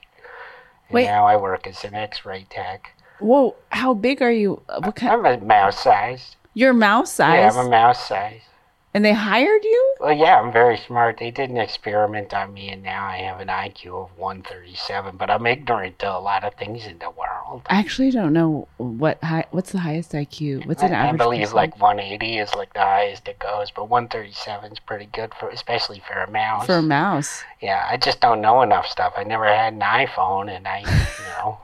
C: And
B: Wait.
C: Now I work as an X-ray tech.
B: Whoa! How big are you? Uh, What kind?
C: I'm a mouse sized.
B: Your mouse
C: Yeah,
B: size?
C: I'm a mouse sized.
B: and they hired you?
C: Well, yeah, I'm very smart. They did an experiment on me, and now I have an IQ of 137. But I'm ignorant to a lot of things in the world.
B: I actually don't know what high. What's the highest IQ? What's an
C: I, I
B: average?
C: believe
B: person?
C: like 180 is like the highest it goes, but 137 is pretty good for, especially for a mouse.
B: for a mouse.
C: yeah, I just don't know enough stuff. I never had an iPhone, and I, you know,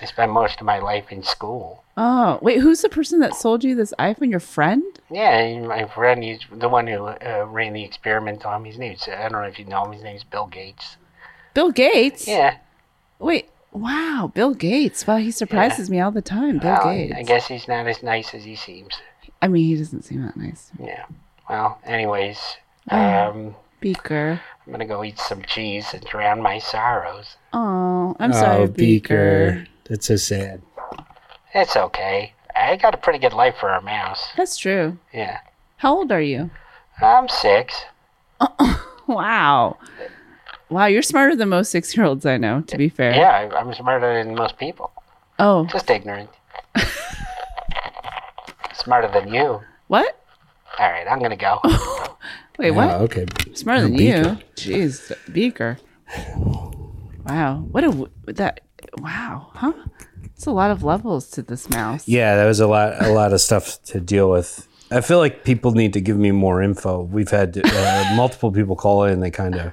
C: I spent most of my life in school.
B: Oh, wait, who's the person that sold you this iPhone? Your friend?
C: Yeah, and my friend, he's the one who uh, ran the experiment on me. His name's, I don't know if you know him, his name's Bill Gates.
B: Bill Gates?
C: Yeah.
B: Wait, wow, Bill Gates. Wow, he surprises me all the time. Bill
C: well,
B: Gates.
C: I guess he's not as nice as he seems.
B: I mean, he doesn't seem that nice.
C: Yeah. Well, anyways,
B: Uh.
C: um,
B: Beaker.
C: I'm going to go eat some cheese and drown my sorrows.
B: Oh, I'm sorry,
I: oh,
B: Beaker.
I: that's so sad.
C: It's okay. I got a pretty good life for a mouse.
B: That's true.
C: Yeah.
B: How old are you?
C: I'm six.
B: Wow. Wow, you're smarter than most six year olds I know, to be fair.
C: Yeah, I, I'm smarter than most people.
B: Oh,
C: Just ignorant. smarter than you.
B: what?
C: All right, I'm going to go.
B: Wait,
I: Oh,
B: what?
I: okay.
B: Smarter than
I: Beaker.
B: you. Jeez, Beaker. Wow. What a w- that wow, huh? It's a lot of levels to this mouse.
A: yeah, that was a lot, a lot of stuff to deal with. I feel like people need to give me more info. We've had uh, multiple people call in. They kind of,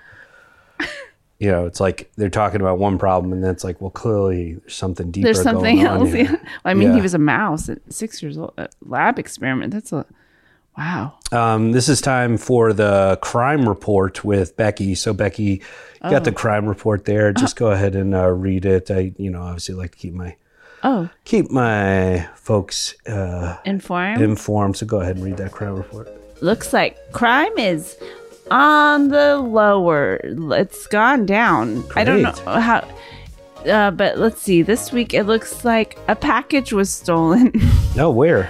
A: you know, it's like they're talking about one problem, and then it's like, well, clearly there's something deeper.
B: There's something
A: going on
B: else.
A: here.
B: yeah. I mean,
A: Yeah.
B: he was a mouse at six years old. A lab experiment. That's a Wow.
A: Um, this is time for the crime report with Becky. So Becky, you got
B: Oh.
A: the crime report there.
B: Uh-huh.
A: Just go ahead and uh, read it. I, you know, obviously like to keep my
B: Oh,
A: keep my folks uh,
B: inform.
A: informed. So go ahead and read that crime report.
B: Looks like crime is on the lower. It's gone down. I don't know
A: Great.
B: how. Uh, but let's see. This week it looks like a package was stolen.
A: No, where?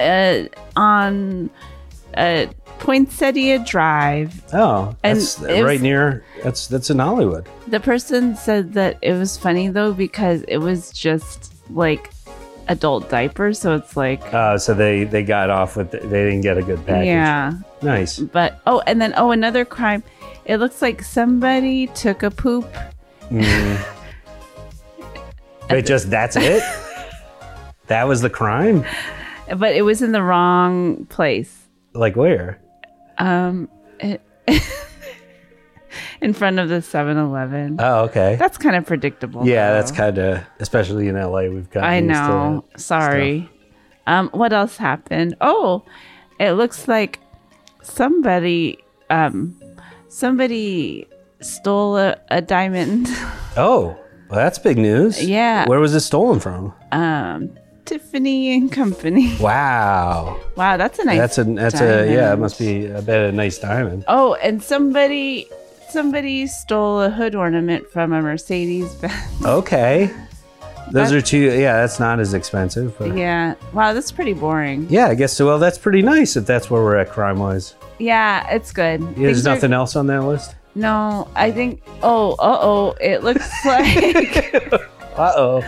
B: uh, on uh, Poinsettia Drive.
A: Oh,
B: And
A: that's
B: it
A: right
B: was-
A: near. That's that's in Hollywood.
B: The person said that it was funny though because it was just like adult diapers, so it's like
A: Uh, so they they got off with. They didn't get a good package.
B: yeah.
A: Nice.
B: But oh, and then oh, another crime. It looks like somebody took a poop.
A: Wait, just that's it. that was the crime.
B: but it was in the wrong place
A: Like where?
B: um it, in front of the 7-eleven
A: Oh, okay.
B: that's kind of predictable
A: yeah, that's
B: though.
A: kind of especially in LA. We've got.
B: i know sorry um what else happened oh it looks like somebody um somebody stole a, a diamond
A: Oh, well, that's big news.
B: Yeah.
A: Where was it stolen from?
B: um tiffany and company
A: Wow.
B: wow that's a nice
A: That's a that's a yeah. It must be. I bet a nice diamond.
B: Oh, and somebody somebody stole a hood ornament from a Mercedes Benz.
A: Okay. Those
B: That's-
A: are two. Yeah, that's not as expensive. But yeah.
B: yeah. Wow, that's pretty boring.
A: I guess so. Well, that's pretty nice if that's where we're at crime wise.
B: Yeah, it's good.
A: There's
B: Things are-
A: nothing else on that list.
B: no, I think oh, uh-oh, it looks like
A: Uh oh.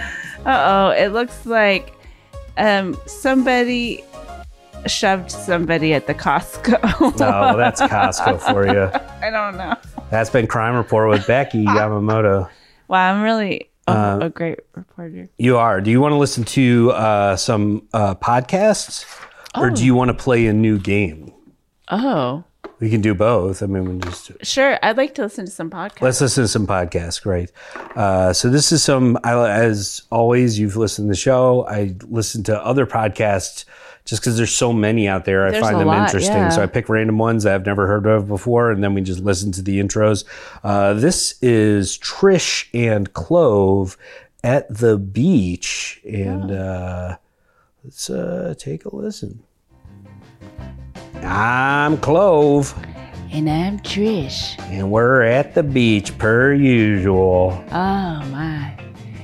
B: uh-oh, it looks like um somebody shoved somebody at the Costco.
A: No, well, that's Costco for you.
B: I don't know.
A: That's been crime report with Becky Yamamoto.
B: Wow, I'm really oh,
A: Uh,
B: a great reporter.
A: You are. Do you want to listen to uh, some uh, podcasts, or do you want to play a new game?
B: Oh,
A: We can do both. I mean, we can just
B: sure. I'd like to listen to some podcasts.
A: Let's listen to some podcasts. Great. Uh, so this is some. I, as always, you've listened to the show. I listen to other podcasts just because there's so many out there. I
B: There's
A: find
B: a
A: them
B: lot,
A: interesting.
B: yeah.
A: So I pick random ones that I've never heard of before, and then we just listen to the intros. Uh, this is Trish and Clove at the beach, and
B: Oh.
A: uh, let's uh, take a listen. I'm Clove.
B: And I'm Trish.
A: And we're at the beach per usual.
B: Oh my.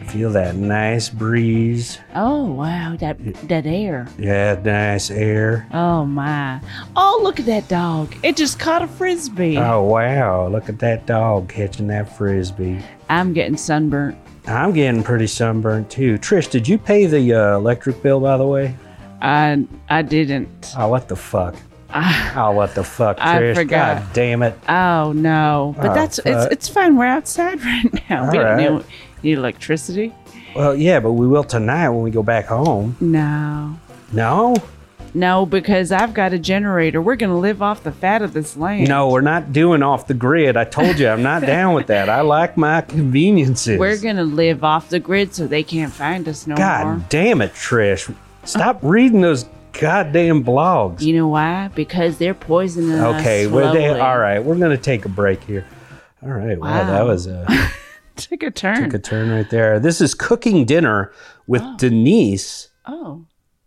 A: Feel that nice breeze.
B: Oh wow, that that air.
A: Yeah, nice air.
B: Oh my. Oh look at that dog. It just caught a frisbee.
A: Oh, wow. Look at that dog catching that frisbee.
B: I'm getting sunburnt.
A: I'm getting pretty sunburned too. Trish, did you pay the uh, electric bill, by the way?
B: I I didn't.
A: Oh, what the fuck? oh, what the fuck,
B: Ah, I
A: Trish?
B: forgot.
A: God damn it.
B: Oh no. But
A: Oh,
B: that's
A: fuck.
B: it's it's fine. We're outside right now. we
A: All
B: don't
A: right.
B: need, need electricity.
A: Well, yeah, but we will tonight when we go back home.
B: No.
A: No?
B: No, because I've got a generator. We're gonna live off the fat of this land.
A: No, we're not doing off the grid. I told you, I'm not down with that. I like my conveniences.
B: We're gonna live off the grid so they can't find us no
A: God
B: more.
A: damn it, Trish. Stop reading those goddamn blogs.
B: You know why? Because they're poisoning us.
A: Okay, well, they,
B: slowly.
A: all right, we're going to take a break here. All right, wow,
B: Wow.
A: that was a,
B: Took a turn.
A: took a turn right there. This is Cooking Dinner with Denise
B: oh.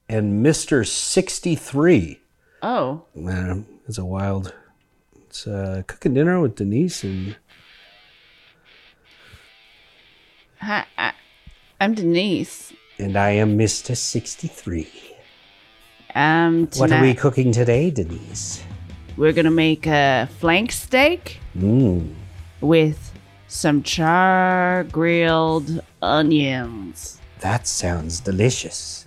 A: and Mr. 63.
B: Oh.
A: Man, it's a wild. It's uh, Cooking Dinner with Denise and.
B: Hi, I, I'm Denise.
A: And I am Mr. 63.
B: Um, tonight
A: What are we cooking today, Denise?
B: we- are gonna make a flank steak
A: Mmm.
B: with some char grilled onions.
A: That sounds delicious.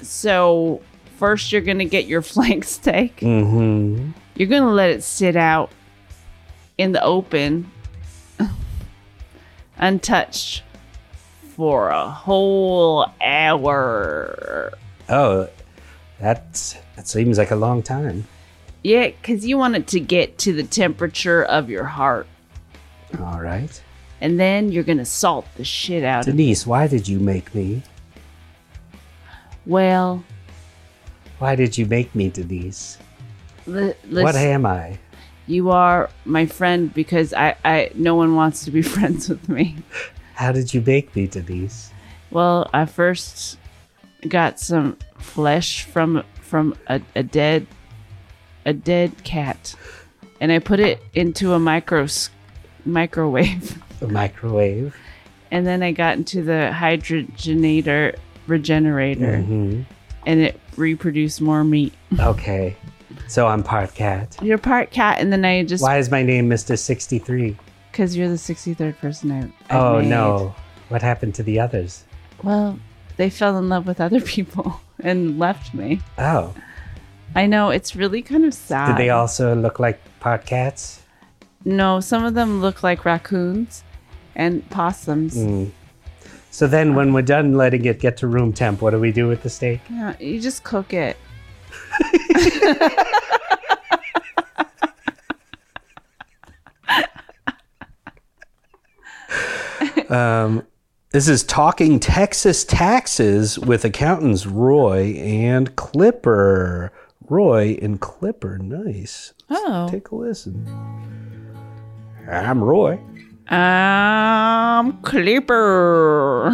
B: So first, you're gonna get your flank steak.
A: Mm-hmm.
B: You're gonna let it sit out in the open, untouched, for a whole hour.
A: Oh, that's that seems like a long time.
B: Yeah, because you want it to get to the temperature of your heart.
A: All right,
B: and then you're gonna salt the shit out of it.
A: Denise, why did you make me?
B: Well,
A: Why did you make me, Denise?
B: Li-
A: What
B: listen,
A: am I?
B: you are my friend because I, I no one wants to be friends with me.
A: How did you make me, Denise?
B: Well, I first got some flesh from from a, a dead a dead cat, and I put it into a micro microwave,
A: A microwave.
B: and then I got into the hydrogenator regenerator, and it reproduced more meat.
A: Okay. So I'm part cat.
B: You're part cat, and then I just
A: Why is my name Mr. 63?
B: because you're the 63rd person I. I've
A: Oh,
B: made.
A: no. What happened to the others?
B: Well, they fell in love with other people and left me.
A: Oh,
B: I know it's really kind of sad.
A: did they also look like part cats?
B: No, some of them look like raccoons and possums.
A: Mm. So then, when we're done letting it get to room temp, what do we do with the steak?
B: Yeah, you just cook it.
A: This is Talking Texas Taxes with accountants Roy and Clipper. Roy and Clipper, nice.
B: Oh,
A: Take a listen. I'm Roy.
B: um, Clipper.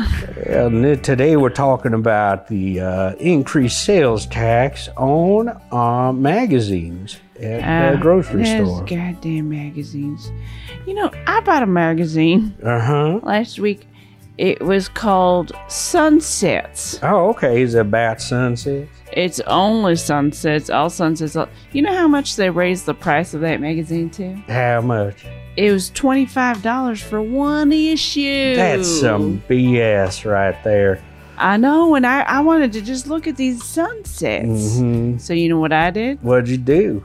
A: And th- today we're talking about the uh, increased sales tax on uh, magazines at the grocery
B: there's
A: store.
B: goddamn magazines. You know, I bought a magazine
A: Uh huh.
B: last week. It was called Sunsets.
A: Oh, okay. Is it about sunsets?
B: It's only sunsets, all sunsets. All... You know how much they raised the price of that magazine to?
A: How much?
B: It was twenty five dollars for one issue.
A: That's some BS right there.
B: I know, and I, I wanted to just look at these sunsets.
A: Mhm.
B: So you know what I did?
A: What'd you do?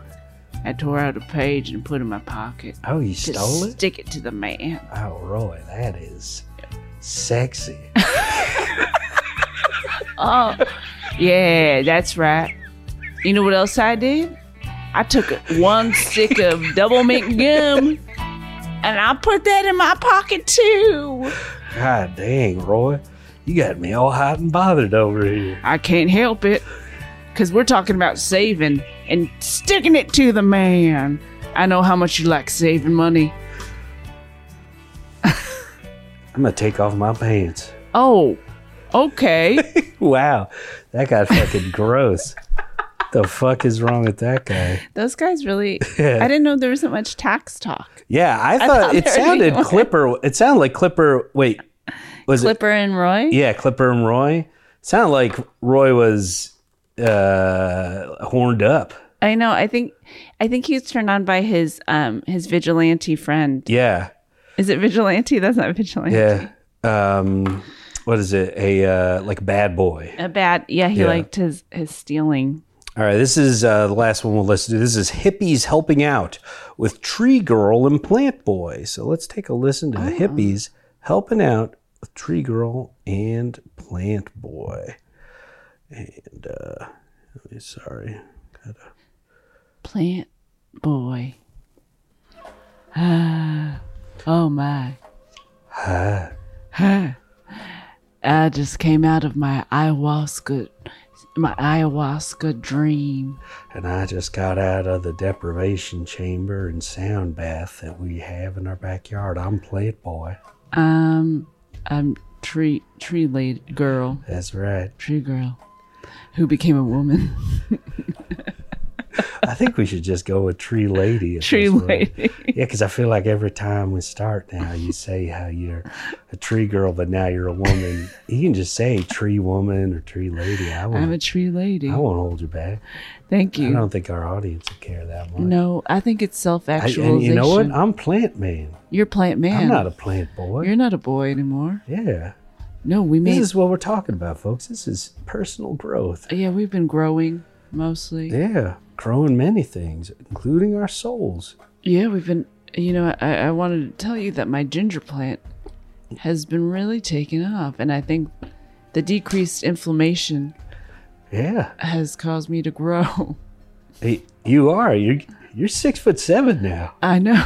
B: I tore out a page and put it in my pocket.
A: Oh, you
B: To
A: stole it?
B: stick it to the man.
A: Oh, Roy, that is sexy.
B: Oh, yeah, that's right. You know what else I did? I took one stick of double mint gum, and I put that in my pocket too.
A: God dang, Roy. You got me all hot and bothered over here.
B: I can't help it. Because we're talking about saving and sticking it to the man. I know how much you like saving money.
A: I'm going to take off my pants.
B: Oh, okay.
A: Wow, that got fucking gross. The fuck is wrong with that guy?
B: Those guys really. I didn't know there wasn't much tax talk.
A: Yeah, I thought,
B: thought
A: it
B: there was
A: sounded
B: one.
A: Clipper. It sounded like Clipper. Wait, was
B: Clipper and Roy?
A: it? Yeah, Clipper and Roy. Sounded like Roy was uh horned up.
B: I know. I think, I think he's turned on by his um his vigilante friend.
A: Yeah,
B: Is it vigilante? That's not vigilante.
A: yeah. Um, what is it? A uh, like bad boy.
B: A bad. Yeah, he
A: Yeah.
B: liked his his stealing.
A: All right, this is uh, the last one we'll listen to. This is hippies helping out with Tree Girl and Plant Boy. So let's take a listen to hippies helping out with Tree Girl and Plant Boy. And uh, I'm sorry,
B: Plant boy. Ah, oh my.
A: Uh,
B: Huh. I just came out of my ayahuasca, my ayahuasca dream.
A: and I just got out of the deprivation chamber and sound bath that we have in our backyard. I'm Plant Boy.
B: Um, I'm tree tree lady girl,
A: That's right.
B: tree girl, who became a woman.
A: I think we should just go with Tree Lady. at
B: Tree
A: this point.
B: lady.
A: Yeah, because I feel like every time we start now, you say how you're a tree girl, but now you're a woman. You can just say tree woman or tree lady. I
B: I'm a
A: won't,
B: tree lady.
A: I won't hold you back.
B: Thank
A: I
B: you.
A: don't think our audience will care that much.
B: No, I think it's self
A: I,
B: actualization.
A: and you know what? I'm plant man.
B: You're plant man.
A: I'm not a plant boy.
B: You're not a boy anymore.
A: yeah.
B: No, we
A: This
B: made.
A: is what we're talking about, folks. This is personal growth.
B: yeah, we've been growing mostly. Yeah,
A: Yeah. Growing many things, including our souls.
B: we've been. You know, I, I wanted to tell you that my ginger plant has been really taking off, and I think the decreased inflammation
A: Yeah.
B: has caused me to grow.
A: Hey, you are. You're, you're six foot seven now.
B: I know.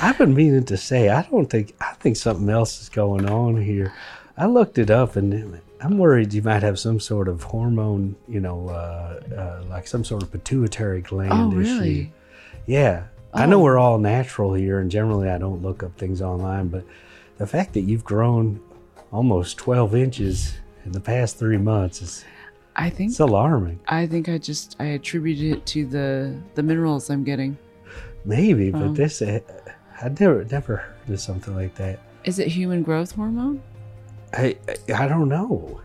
A: I've been meaning to say I don't think I think something else is going on here. I looked it up and I'm worried you might have some sort of hormone, you know, uh, uh, like some sort of pituitary gland
B: Oh,
A: issue.
B: really?
A: Yeah. I know
B: Oh.
A: we're all natural here, and generally I don't look up things online, but the fact that you've grown almost 12 inches in the past three months is
B: I think
A: it's alarming.
B: I think I just I attribute it to the the minerals I'm getting.
A: Maybe,
B: Oh.
A: but this, uh, I never, never heard of something like that.
B: Is it human growth hormone?
A: I, I, I don't know.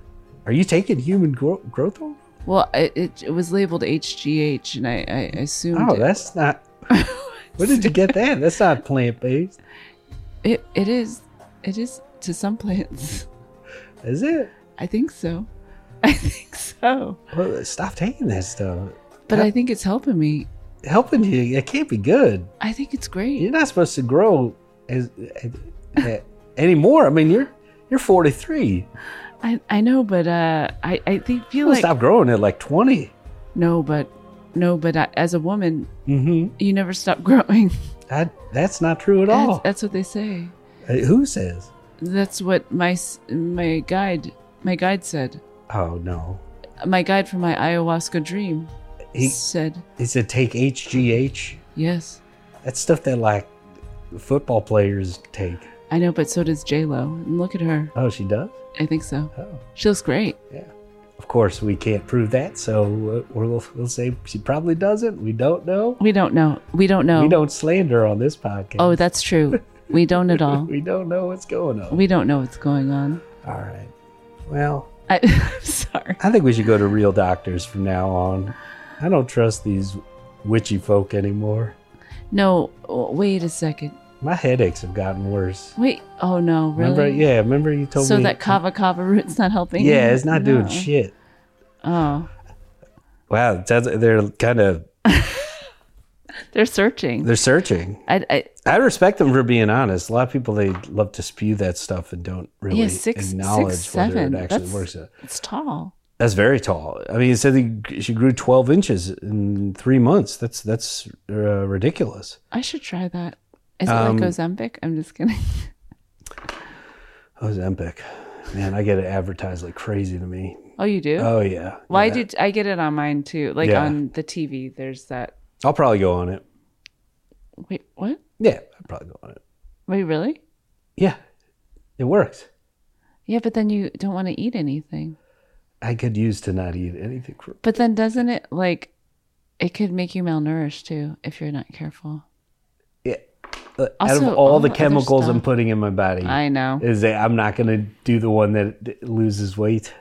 A: Are you taking human gro- growth hormone?
B: Well, it, it, it was labeled HGH, and I, I assumed
A: Oh,
B: it,
A: that's not. Where did you get that? That's not plant based,
B: it it is it is to some plants.
A: is it?
B: I think so. I think so.
A: Well, stop taking that stuff.
B: But I think it's helping me.
A: Helping you, it can't be good.
B: I think it's great.
A: You're not supposed to grow as, eh, anymore. I mean, you're you're 43.
B: I, I know, but uh, I I think feel
A: You
B: like
A: stop growing at like 20.
B: no, but no, but I, as a woman,
A: Mm-hmm.
B: you never stop growing.
A: That that's not true at
B: That's,
A: all.
B: that's what they say.
A: Eh, Who says?
B: That's what my s- my guide my guide said.
A: Oh no.
B: My guide for my ayahuasca dream
A: He
B: said
A: he said take HGH.
B: yes.
A: That's stuff that like football players take.
B: I know, but so does J Lo. And look at her.
A: Oh, she does.
B: I think so.
A: Oh.
B: She looks great.
A: Of course, we can't prove that, so uh, we'll, we'll say she probably doesn't. We don't know.
B: We don't know. We don't know.
A: We don't slander on this podcast.
B: Oh, that's true. We don't at all.
A: we don't know what's going on.
B: We don't know what's going on.
A: All right. Well,
B: I, I'm sorry.
A: I think we should go to real doctors from now on. I don't trust these witchy folk anymore.
B: No, w- wait a second.
A: My headaches have gotten worse.
B: Wait. Oh no, really?
A: Remember? Yeah, remember you told
B: so
A: me.
B: that kava kava root's not helping.
A: Yeah, it's not doing
B: No.
A: shit.
B: Oh,
A: Wow, that's- they're kind of
B: they're searching.
A: they're searching.
B: I, I
A: I respect them for being honest. A lot of people they love to spew that stuff and don't really
B: Yeah, six-
A: acknowledge
B: six,
A: whether
B: seven.
A: it actually
B: That's-
A: works.
B: it's tall.
A: That's very tall. I mean, he said he, she grew twelve inches in three months. That's that's uh, ridiculous.
B: I should try that. Is
A: Um,
B: it like Ozempic? I'm just kidding.
A: Ozempic, man, I get it advertised like crazy to me.
B: Oh, you do?
A: Oh yeah.
B: Why
A: yeah.
B: did I get it on mine too? Like
A: Yeah.
B: on the TV, there's that.
A: I'll probably go on it?
B: Wait, what?
A: Yeah, I'll probably go on it.
B: Wait, really?
A: Yeah, it works.
B: Yeah, but then you don't want to eat anything.
A: I could use to not eat anything. For,
B: But then doesn't it like it could make you malnourished too if you're not careful.
A: yeah. Uh, out
B: Also,
A: of all
B: all
A: the
B: other
A: chemicals I'm
B: stuff.
A: putting in my body,
B: I know.
A: is that I'm not going to do the one that d- loses weight.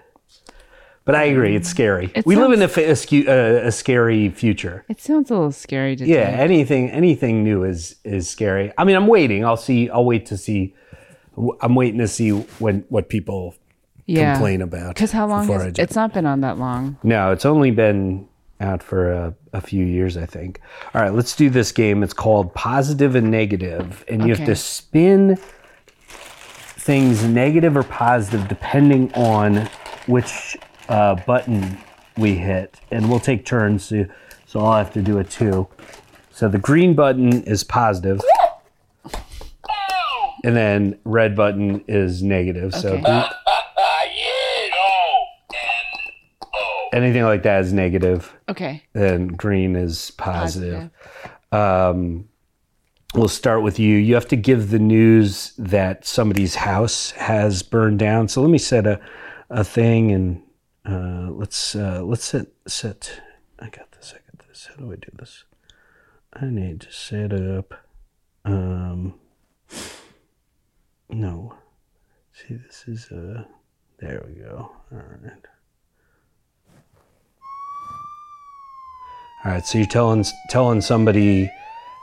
A: But I agree, it's scary.
B: It
A: we live in a, fa- a, scu- uh, a scary future.
B: It sounds a little scary to
A: Yeah,
B: take.
A: anything anything new is is scary. I mean, I'm waiting. I'll see. I'll wait to see. w- I'm waiting to see when what people
B: Yeah.
A: complain about.
B: Because how long
A: before
B: has
A: I
B: it?
A: ju-
B: It's not been on that long.
A: No, it's only been out for a, a few years, I think. All right, let's do this game. It's called Positive and Negative, and you have
B: Okay.
A: to spin things negative or positive depending on which uh, button we hit, and we'll take turns. So, so I'll have to do it too. So the green button is positive. And then red button is negative. So
B: Okay.
A: green- anything like that is negative
B: Okay.
A: and green is positive. Um, we'll start with you. You have to give the news that somebody's house has burned down. So let me set a, a thing and uh, let's uh, let's set set. I got this. I got this. How do I do this? I need to set up. Um, no. See, this is uh There we go. All right. All right, so you're telling telling somebody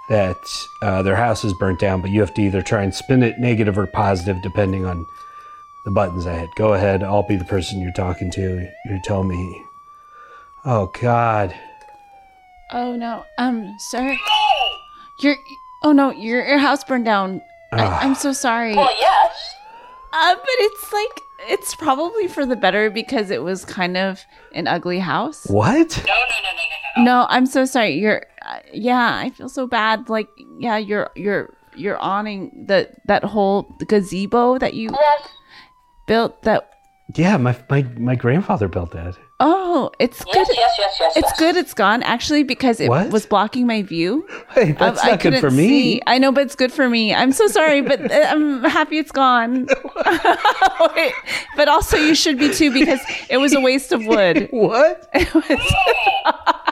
A: that uh, their house is burnt down, but you have to either try and spin it negative or positive, depending on the buttons I hit. Go ahead, I'll be the person you're talking to. You're telling me, "Oh God,
B: Oh no. Um, sir. Your oh no, your your house burned down.
A: Ah.
B: I, I'm so sorry. Well, yes. Uh, but it's like it's probably for the better because it was kind of an ugly house.
A: what?"
B: No, I'm so sorry. You're, uh, yeah, I feel so bad. Like, yeah, your your your awning, that that whole gazebo that you built that
A: Yeah, my my, my grandfather built that.
B: Oh, it's good.
J: Yes, yes, yes, yes.
B: It's good it's gone actually because it
A: What?
B: was blocking my view.
A: Hey, that's
B: Um, I- I
A: not good
B: couldn't
A: for me.
B: see. I know, but it's good for me. I'm so sorry, but uh, I'm happy it's gone. Wait, but also, you should be too because it was a waste of wood.
A: What?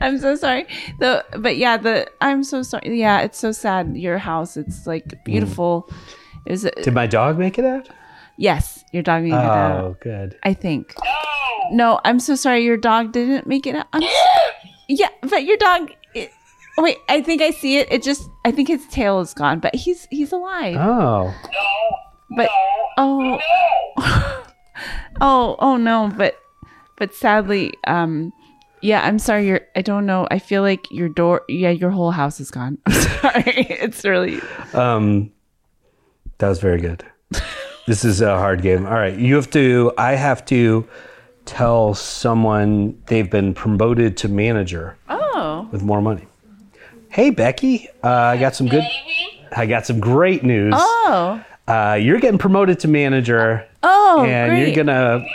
B: I'm so sorry. The but yeah, the I'm so sorry. Yeah, it's so sad. Your house, it's like beautiful. It was
A: Did my dog make it out?
B: yes, your dog made it out.
A: Oh, good.
B: I think. No, I'm so sorry. Your dog didn't make it out. I'm so, yeah, but your dog. It, wait, I think I see it. It just. I think his tail is gone, but he's he's alive.
A: Oh,
B: but oh oh oh no but but sadly um yeah i'm sorry you're i don't know i feel like your door yeah your whole house is gone i'm sorry it's really
A: um, that was very good. this is a hard game. All right, you have to. I have to tell someone they've been promoted to manager
B: oh
A: with more money. Hey, Becky, uh, I got some good. I got some great news.
B: oh
A: Uh, you're getting promoted to manager,
B: oh
A: and
B: great.
A: you're gonna.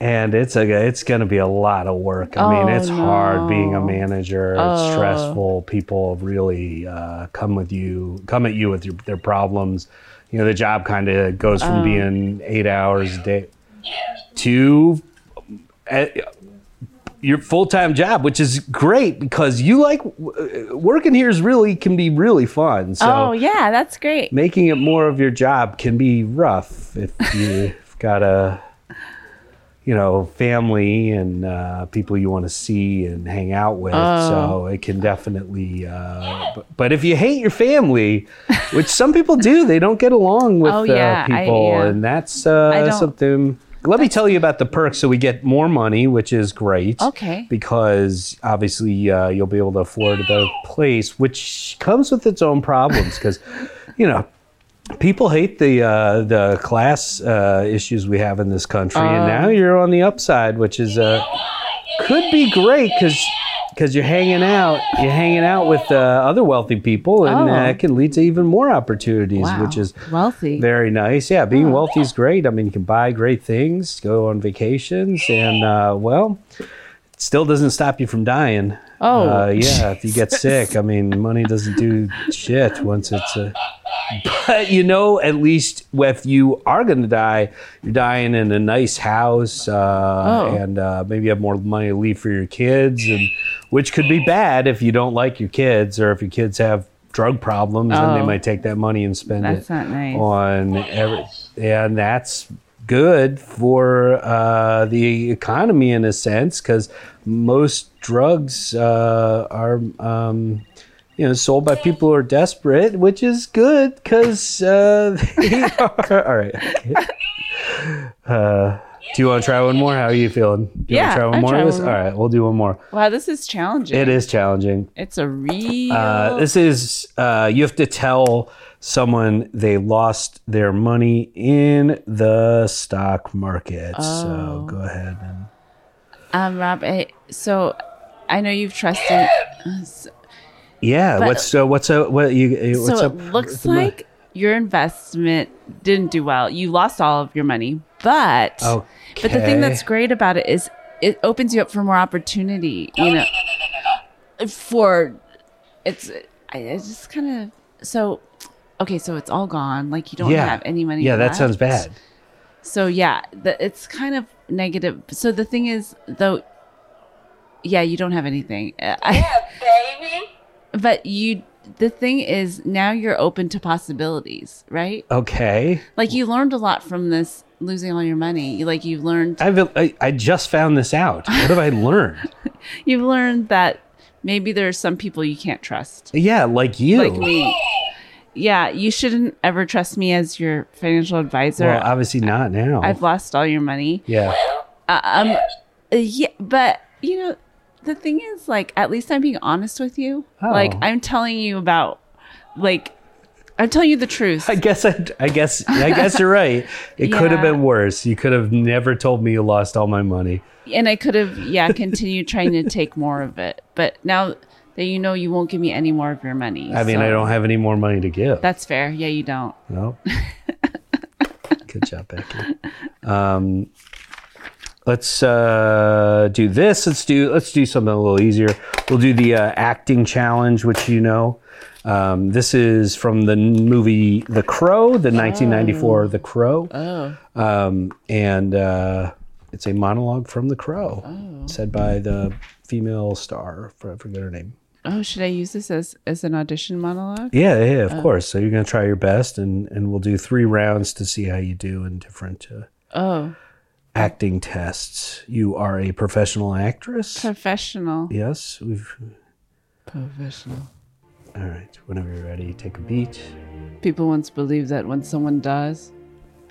A: And it's a it's gonna be a lot of work. I mean,
B: Oh,
A: it's hard
B: no.
A: being a manager. It's
B: Oh.
A: stressful. People really uh, come with you, come at you with your, their problems. You know, the job kind of goes
B: Oh.
A: from being eight hours a day to uh, your full time job, which is great because you like w- working here is really can be really fun. So
B: oh yeah that's great
A: making it more of your job can be rough if you've got a you know family and uh, people you want to see and hang out with
B: Oh.
A: so it can definitely uh, b- but if you hate your family which some people do they don't get along with
B: Oh,
A: uh,
B: yeah, I-
A: people
B: yeah.
A: and that's
B: I
A: uh,
B: don't-
A: something let me tell you about the perks so we get more money which is great
B: Okay.
A: because obviously uh, you'll be able to afford a better place, which comes with its own problems because, you know, people hate the uh, the class uh, issues we have in this country, and now
B: Um.
A: you're on the upside, which is uh, could be great because. you're hanging out, you're hanging out with uh, other wealthy people, and
B: Oh.
A: uh, it can lead to even more opportunities,
B: Wow.
A: which is
B: wealthy
A: very nice. Yeah, being
B: Oh,
A: wealthy is great. I mean, you can buy great things, go on vacations, and uh, well, it still doesn't stop you from dying.
B: Oh.
A: uh, yeah. If you get sick, I mean, money doesn't do shit once it's. Uh, but you know, at least if you are going to die, you're dying in a nice house, uh,
B: Oh.
A: and uh, maybe you have more money to leave for your kids, and which could be bad if you don't like your kids or if your kids have drug problems, and they
B: Oh.
A: might take that money and spend
B: That's
A: it
B: not nice.
A: on every, and that's good for uh, the economy in a sense because most drugs uh, are. Um, you know, sold by people who are desperate, which is good because uh, they are. All right. okay. Uh, do you want to try one more? How are you feeling? Do you want
B: Yeah,
A: to try one
B: I'd
A: more?
B: try
A: of this?
B: one more.
A: All right, we'll do one more.
B: wow this is challenging
A: It is challenging.
B: it's a real
A: Uh, this is uh, you have to tell someone they lost their money in the stock market.
B: Oh.
A: So go ahead. And,
B: um rob I, so i know you've trusted
A: yeah.
B: But-
A: what's uh, what's up? What you? uh, What's
B: so
A: up?
B: it
A: with
B: looks
A: the money?
B: like your investment didn't do well. You lost all of your money, but but the
A: Okay.
B: thing that's great about it is it opens you up for more opportunity. You know, for it's I, I just kind of so okay. So it's all gone. Like you don't
A: yeah.
B: have any money.
A: Yeah, that
B: left.
A: sounds bad.
B: So yeah, the, it's kind of negative. So the thing is though, yeah, you don't have anything. Uh, I,
J: baby.
B: but you. The thing is, now you're open to possibilities, right?
A: Okay.
B: like you learned a lot from this losing all your money You- like you've learned
A: I've, I I just found this out. What have I learned?
B: you've learned that maybe there are some people you can't trust
A: yeah, like you.
B: like me yeah you shouldn't ever trust me as your financial advisor
A: Well, obviously not now.
B: i've lost all your money
A: yeah.
B: uh, um uh, yeah but you know the thing is like at least i'm being honest with you like
A: Oh.
B: i'm telling you about like i'm telling you the truth
A: I guess I, I guess I guess you're right. It could have
B: Yeah.
A: been worse. You could have never told me you lost all my money.
B: and I could have, yeah, continued trying to take more of it. But now that you know, you won't give me any more of your money.
A: I mean,
B: so
A: I don't have any more money to give.
B: That's fair. Yeah, you don't.
A: No. Good job, Becky. Um, let's uh, do this. Let's do let's do something a little easier. We'll do the uh, acting challenge, which you know. Um, this is from the n- movie The Crow, the 1994 The Crow. Oh. Um, and uh, it's a monologue from The Crow, said by the female star. I forget her name.
B: Oh, should I use this as as an audition monologue?
A: Yeah, yeah, of
B: Um,
A: course. So you're gonna try your best, and and we'll do three rounds to see how you do in different uh,
B: Oh,
A: acting tests. You are a professional actress.
B: professional.
A: yes, we've.
B: Professional.
A: All right. Whenever you're ready, take a beat.
B: People once believed that when someone dies,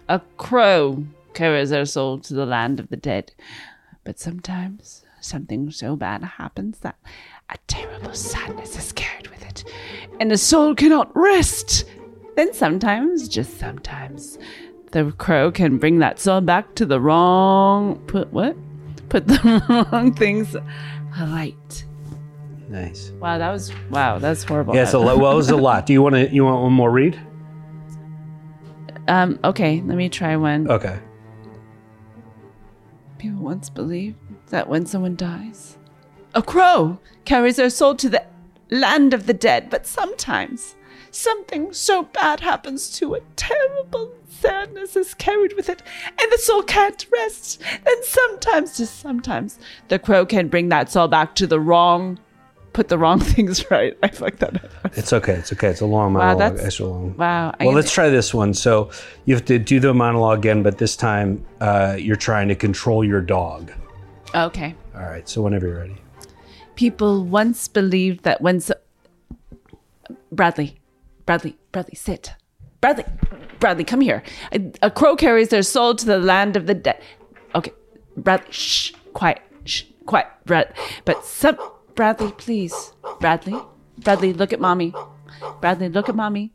B: a crow carries their soul to the land of the dead. But sometimes something so bad happens that a terrible sadness is carried with it, and the soul cannot rest. Then sometimes, just sometimes, the crow can bring that soul back to the wrong put what? Put the wrong things alight.
A: Nice.
B: Wow, that was wow, that's horrible.
A: Yeah, it's a lot. Well, it was a lot. Do you want to? You want one more read?
B: um, okay, let me try one.
A: Okay.
B: People once believed that when someone dies, a crow carries their soul to the land of the dead, but sometimes something so bad happens to it, terrible sadness is carried with it, and the soul can't rest. And sometimes, just sometimes, the crow can bring that soul back to the wrong, put the wrong things right. I fucked that up.
A: It's okay. It's okay. It's a long
B: Wow,
A: monologue.
B: that's-
A: extra long.
B: Wow. I
A: Well, let's try this one. So you have to do the monologue again, but this time uh, you're trying to control your dog.
B: Okay.
A: All right. So whenever you're ready.
B: People once believed that when so- Bradley, Bradley, Bradley, sit. Bradley, Bradley, come here. A, a crow carries their soul to the land of the dead. Okay, Bradley, shh, quiet, shh, quiet, Brad. But some, Bradley, please, Bradley, Bradley, look at mommy. Bradley, look at mommy.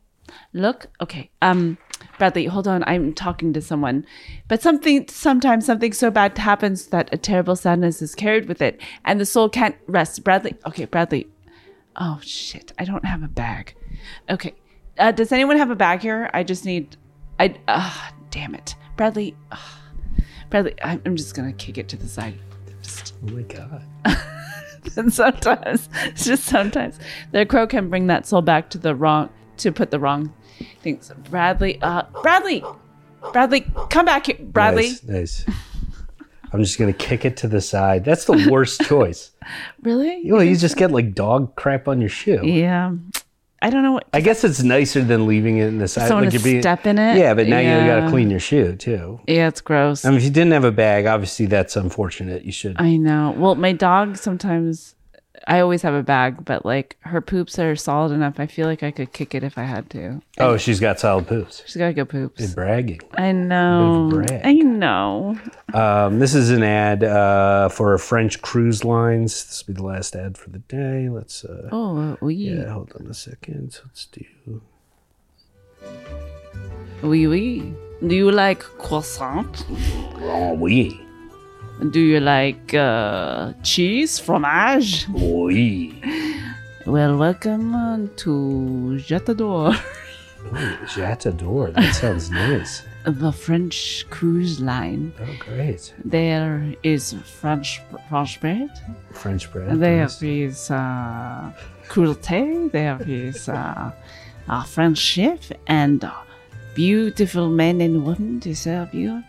B: Look, okay. Um, Bradley, hold on. I'm talking to someone. But something, sometimes something so bad happens that a terrible sadness is carried with it, and the soul can't rest. Bradley, okay, Bradley, Oh shit! I don't have a bag. Okay. Uh, does anyone have a bag here? I just need. I. Ah, damn it, Bradley. ah. Bradley, I'm, I'm just gonna kick it to the side. Just-
A: Oh my God.
B: and sometimes, it's just sometimes, the crow can bring that soul back to the wrong. To put the wrong things. Bradley. Uh, Bradley. Bradley, come back here. Bradley.
A: Nice. nice. I'm just gonna kick it to the side. That's the worst choice.
B: Really?
A: Well, you just get like dog crap on your shoe.
B: Yeah. I don't know what.
A: I guess it's nicer than leaving it in the side.
B: Someone
A: like
B: to
A: you're being-
B: step in it?
A: Yeah, but now you got to
B: Yeah.
A: clean your shoe too.
B: Yeah, it's gross.
A: I mean, if you didn't have a bag, obviously that's unfortunate. You should.
B: I know. Well, my dog sometimes I always have a bag, but like her poops are solid enough. I feel like I could kick it if I had to.
A: oh, she's got solid poops.
B: She's got good poops.
A: Bragging.
B: I know.
A: brag.
B: I know.
A: Um, this is an ad uh, for French cruise lines. This will be the last ad for the day. Let's. Uh,
B: Oh, oui.
A: yeah, hold on a second. So Let's do.
B: Oui, oui. Do you like croissant?
A: Oh, oui.
B: Do you like uh, cheese, fromage?
A: Oh, Oui.
B: Well, welcome on to Jatador,
A: J'adore. That sounds nice.
B: the French cruise line.
A: Oh, great.
B: There is French, French bread.
A: French bread.
B: They
A: nice.
B: have his uh, cruelty, they have his uh, uh, friendship, and uh, beautiful men and women to serve you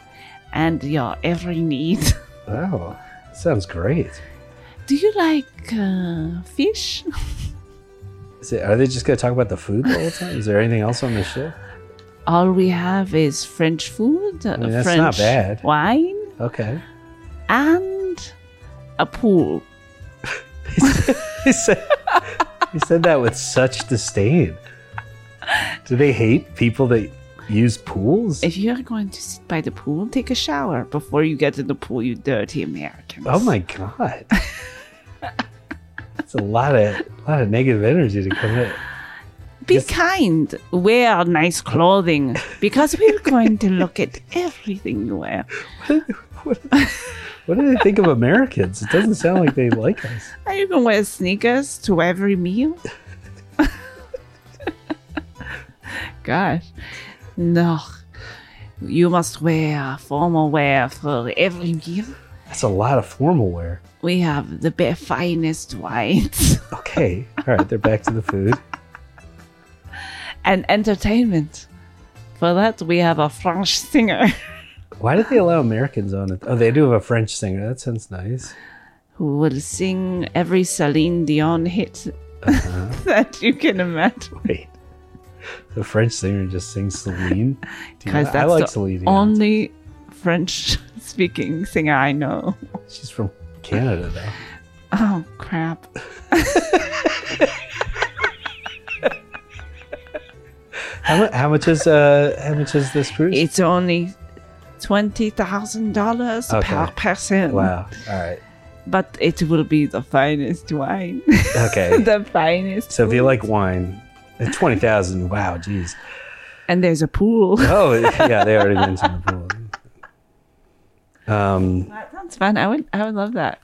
B: and your every need.
A: Wow. Sounds great.
B: Do you like uh, fish?
A: Is it, are they just going to talk about the food the whole time? Is there anything else on the show?
B: All we have is French food, uh,
A: mean, that's
B: French
A: not bad.
B: wine,
A: Okay.
B: and a pool.
A: He said, he said that with such disdain. Do they hate people that use pools?
B: If you're going to sit by the pool, take a shower before you get in the pool, you dirty Americans.
A: Oh my god. It's a lot of lot of negative energy to come in.
B: Be kind. Wear nice clothing because we're going to look at everything you wear.
A: What do they think of Americans? It doesn't sound like they like us.
B: I even wear sneakers to every meal. Gosh. No. You must wear formal wear for everywhere.
A: That's a lot of formal wear.
B: We have the be- finest wines
A: Okay. All right. They're back to the food.
B: and entertainment. For that, we have a French singer
A: Why did they allow Americans on it? Oh, they do have a French singer. That sounds nice.
B: who will sing every Celine Dion hit
A: Uh-huh.
B: that you can imagine.
A: Wait. The French singer just sings Celine. Do you
B: Because
A: know- I
B: that's
A: like
B: the
A: Celine. Dion.
B: only French-speaking singer I know.
A: She's from Canada, though.
B: Oh crap!
A: How, mu- how much is uh how much is this cruise?
B: It's only twenty thousand dollars per
A: Okay.
B: person.
A: Wow. All right.
B: But it will be the finest wine.
A: Okay.
B: the finest.
A: so if you like wine, at twenty thousand. Wow. Jeez.
B: And there's a pool.
A: Oh yeah, they already mentioned the pool. Um.
B: That sounds fun. I would. I would love that.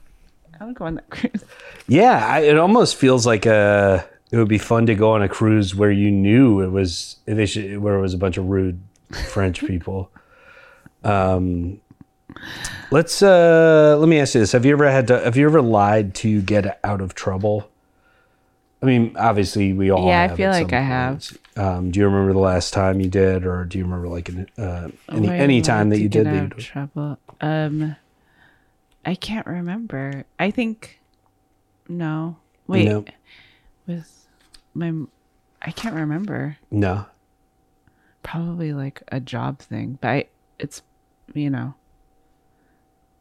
B: I would go on that cruise.
A: Yeah, I, it almost feels like a. It would be fun to go on a cruise where you knew it was they should, where it was a bunch of rude French people. Um, let's uh, let me ask you this: Have you ever had to? Have you ever lied to get out of trouble? I mean, obviously, we all.
B: Yeah, I
A: have at
B: feel
A: some
B: like I have.
A: point. Um, do you remember the last time you did, or do you remember like an, uh, any
B: Where
A: any
B: would
A: time that
B: to
A: you
B: get
A: did? That
B: out
A: you
B: of trouble. Um, I can't remember. I think no. Wait,
A: No.
B: with my, I can't remember.
A: no,
B: Probably like a job thing, but I, it's you know.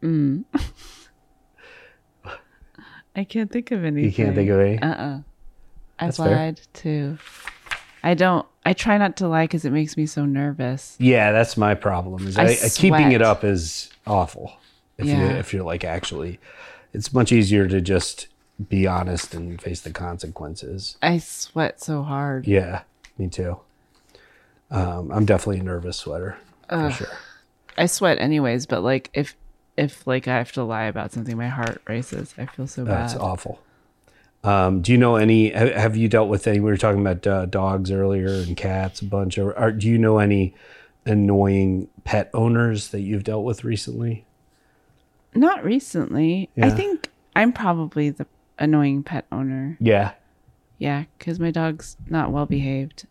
B: Mm. I can't think of anything.
A: you can't think of any.
B: Uh-uh. I've
A: fair.
B: lied too. I don't. I try not to lie because it makes me so nervous.
A: Yeah, that's my problem. Is
B: I
A: I, I- keeping it
B: sweat.
A: up is awful. If you
B: Yeah.
A: if you're like actually, it's much easier to just be honest and face the consequences.
B: I sweat so hard.
A: Yeah, me too. Um, I'm definitely a nervous sweater for sure.
B: I sweat anyways, but like if if like I have to lie about something, my heart races. I feel so
A: That's
B: bad.
A: awful. Um, do you know any? ha- Have you dealt with any? We were talking about uh, dogs earlier and cats a bunch. Or, or do you know any annoying pet owners that you've dealt with recently?
B: Not recently. I
A: Yeah.
B: think I'm probably the annoying pet owner.
A: Yeah.
B: Yeah, because my dog's not well behaved.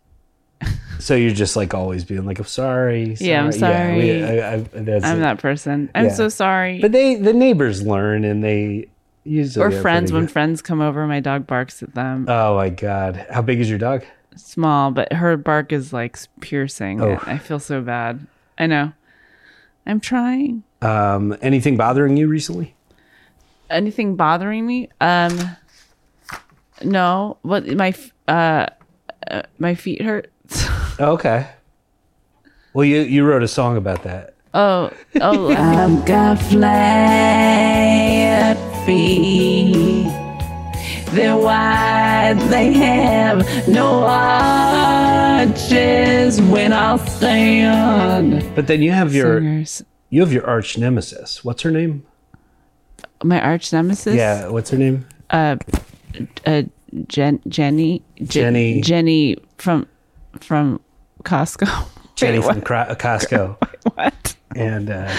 A: So you're just like always being like, I'm sorry.
B: Yeah, I'm sorry.
A: I, I, that's
B: I'm
A: it.
B: that person. I'm
A: Yeah.
B: so sorry.
A: But they, the neighbors learn and they usually.
B: or
A: are
B: friends
A: pretty
B: when
A: good.
B: friends come over, my dog barks at them.
A: Oh my God. How big is your dog?
B: Small, but her bark is like piercing.
A: Oh.
B: I feel so bad. I know. I'm trying.
A: Um, anything bothering you recently?
B: anything bothering me um no but my f- uh, uh my feet hurt
A: Oh, okay. Well, you, you wrote a song about that.
B: oh oh i've got flat feet they're wide they have no arches when i stand
A: But then you have your
B: singers
A: you have your arch nemesis. What's her name?
B: my arch nemesis
A: Yeah, what's her name?
B: uh Jen, jenny Je-
A: Jenny.
B: jenny from from costco
A: Jenny
B: Wait,
A: from Cro- Costco.
B: What?
A: And uh,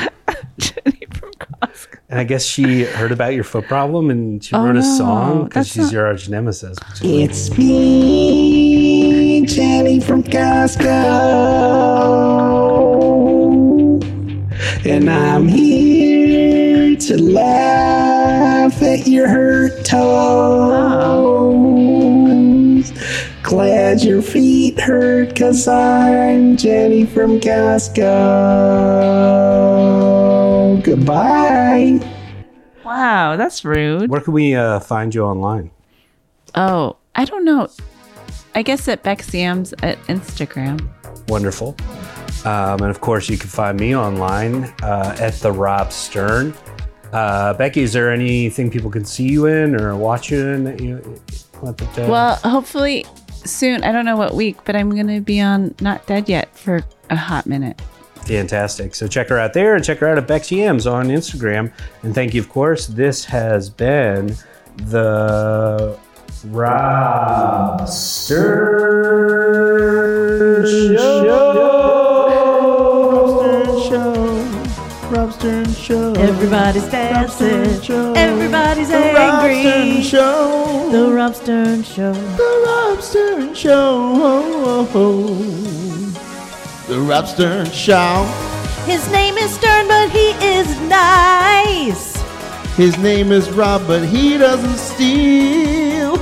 B: Jenny from Costco.
A: and I guess she heard about your foot problem and she wrote a
B: Oh, no,
A: song because
B: that's
A: she's
B: not-
A: your arch nemesis. which is
F: It's me, Jenny from Costco. And I'm here to laugh at your hurt toes. Glad your feet hurt, cause I'm Jenny from Costco. Goodbye.
B: Wow, that's rude.
A: Where can we uh, find you online?
B: Oh, I don't know. I guess at Bexiam's at Instagram.
A: Wonderful. Um, and of course, you can find me online uh, at the Rob Stern. Uh, Becky, is there anything people can see you in or watch you in that you want them to?
B: Well, hopefully soon. I don't know what week, but I'm going to be on Not Dead Yet for a hot minute.
A: Fantastic. So check her out there and check her out at Bex Yams on Instagram. And thank you, of course. This has been the Rob Stern Show.
J: Rob Stern Show.
B: Everybody's
J: Rob Stern Show.
B: dancing. Everybody's
J: The Rob Stern
B: angry.
J: Show.
B: The Rob Stern Show.
J: The Rob Stern Show. The Rob Stern Show.
B: His name is Stern, but he is nice.
J: His name is Rob, but he doesn't steal.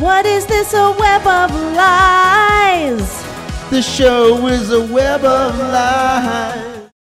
B: What is this, a web of lies?
J: The show is a web of lies.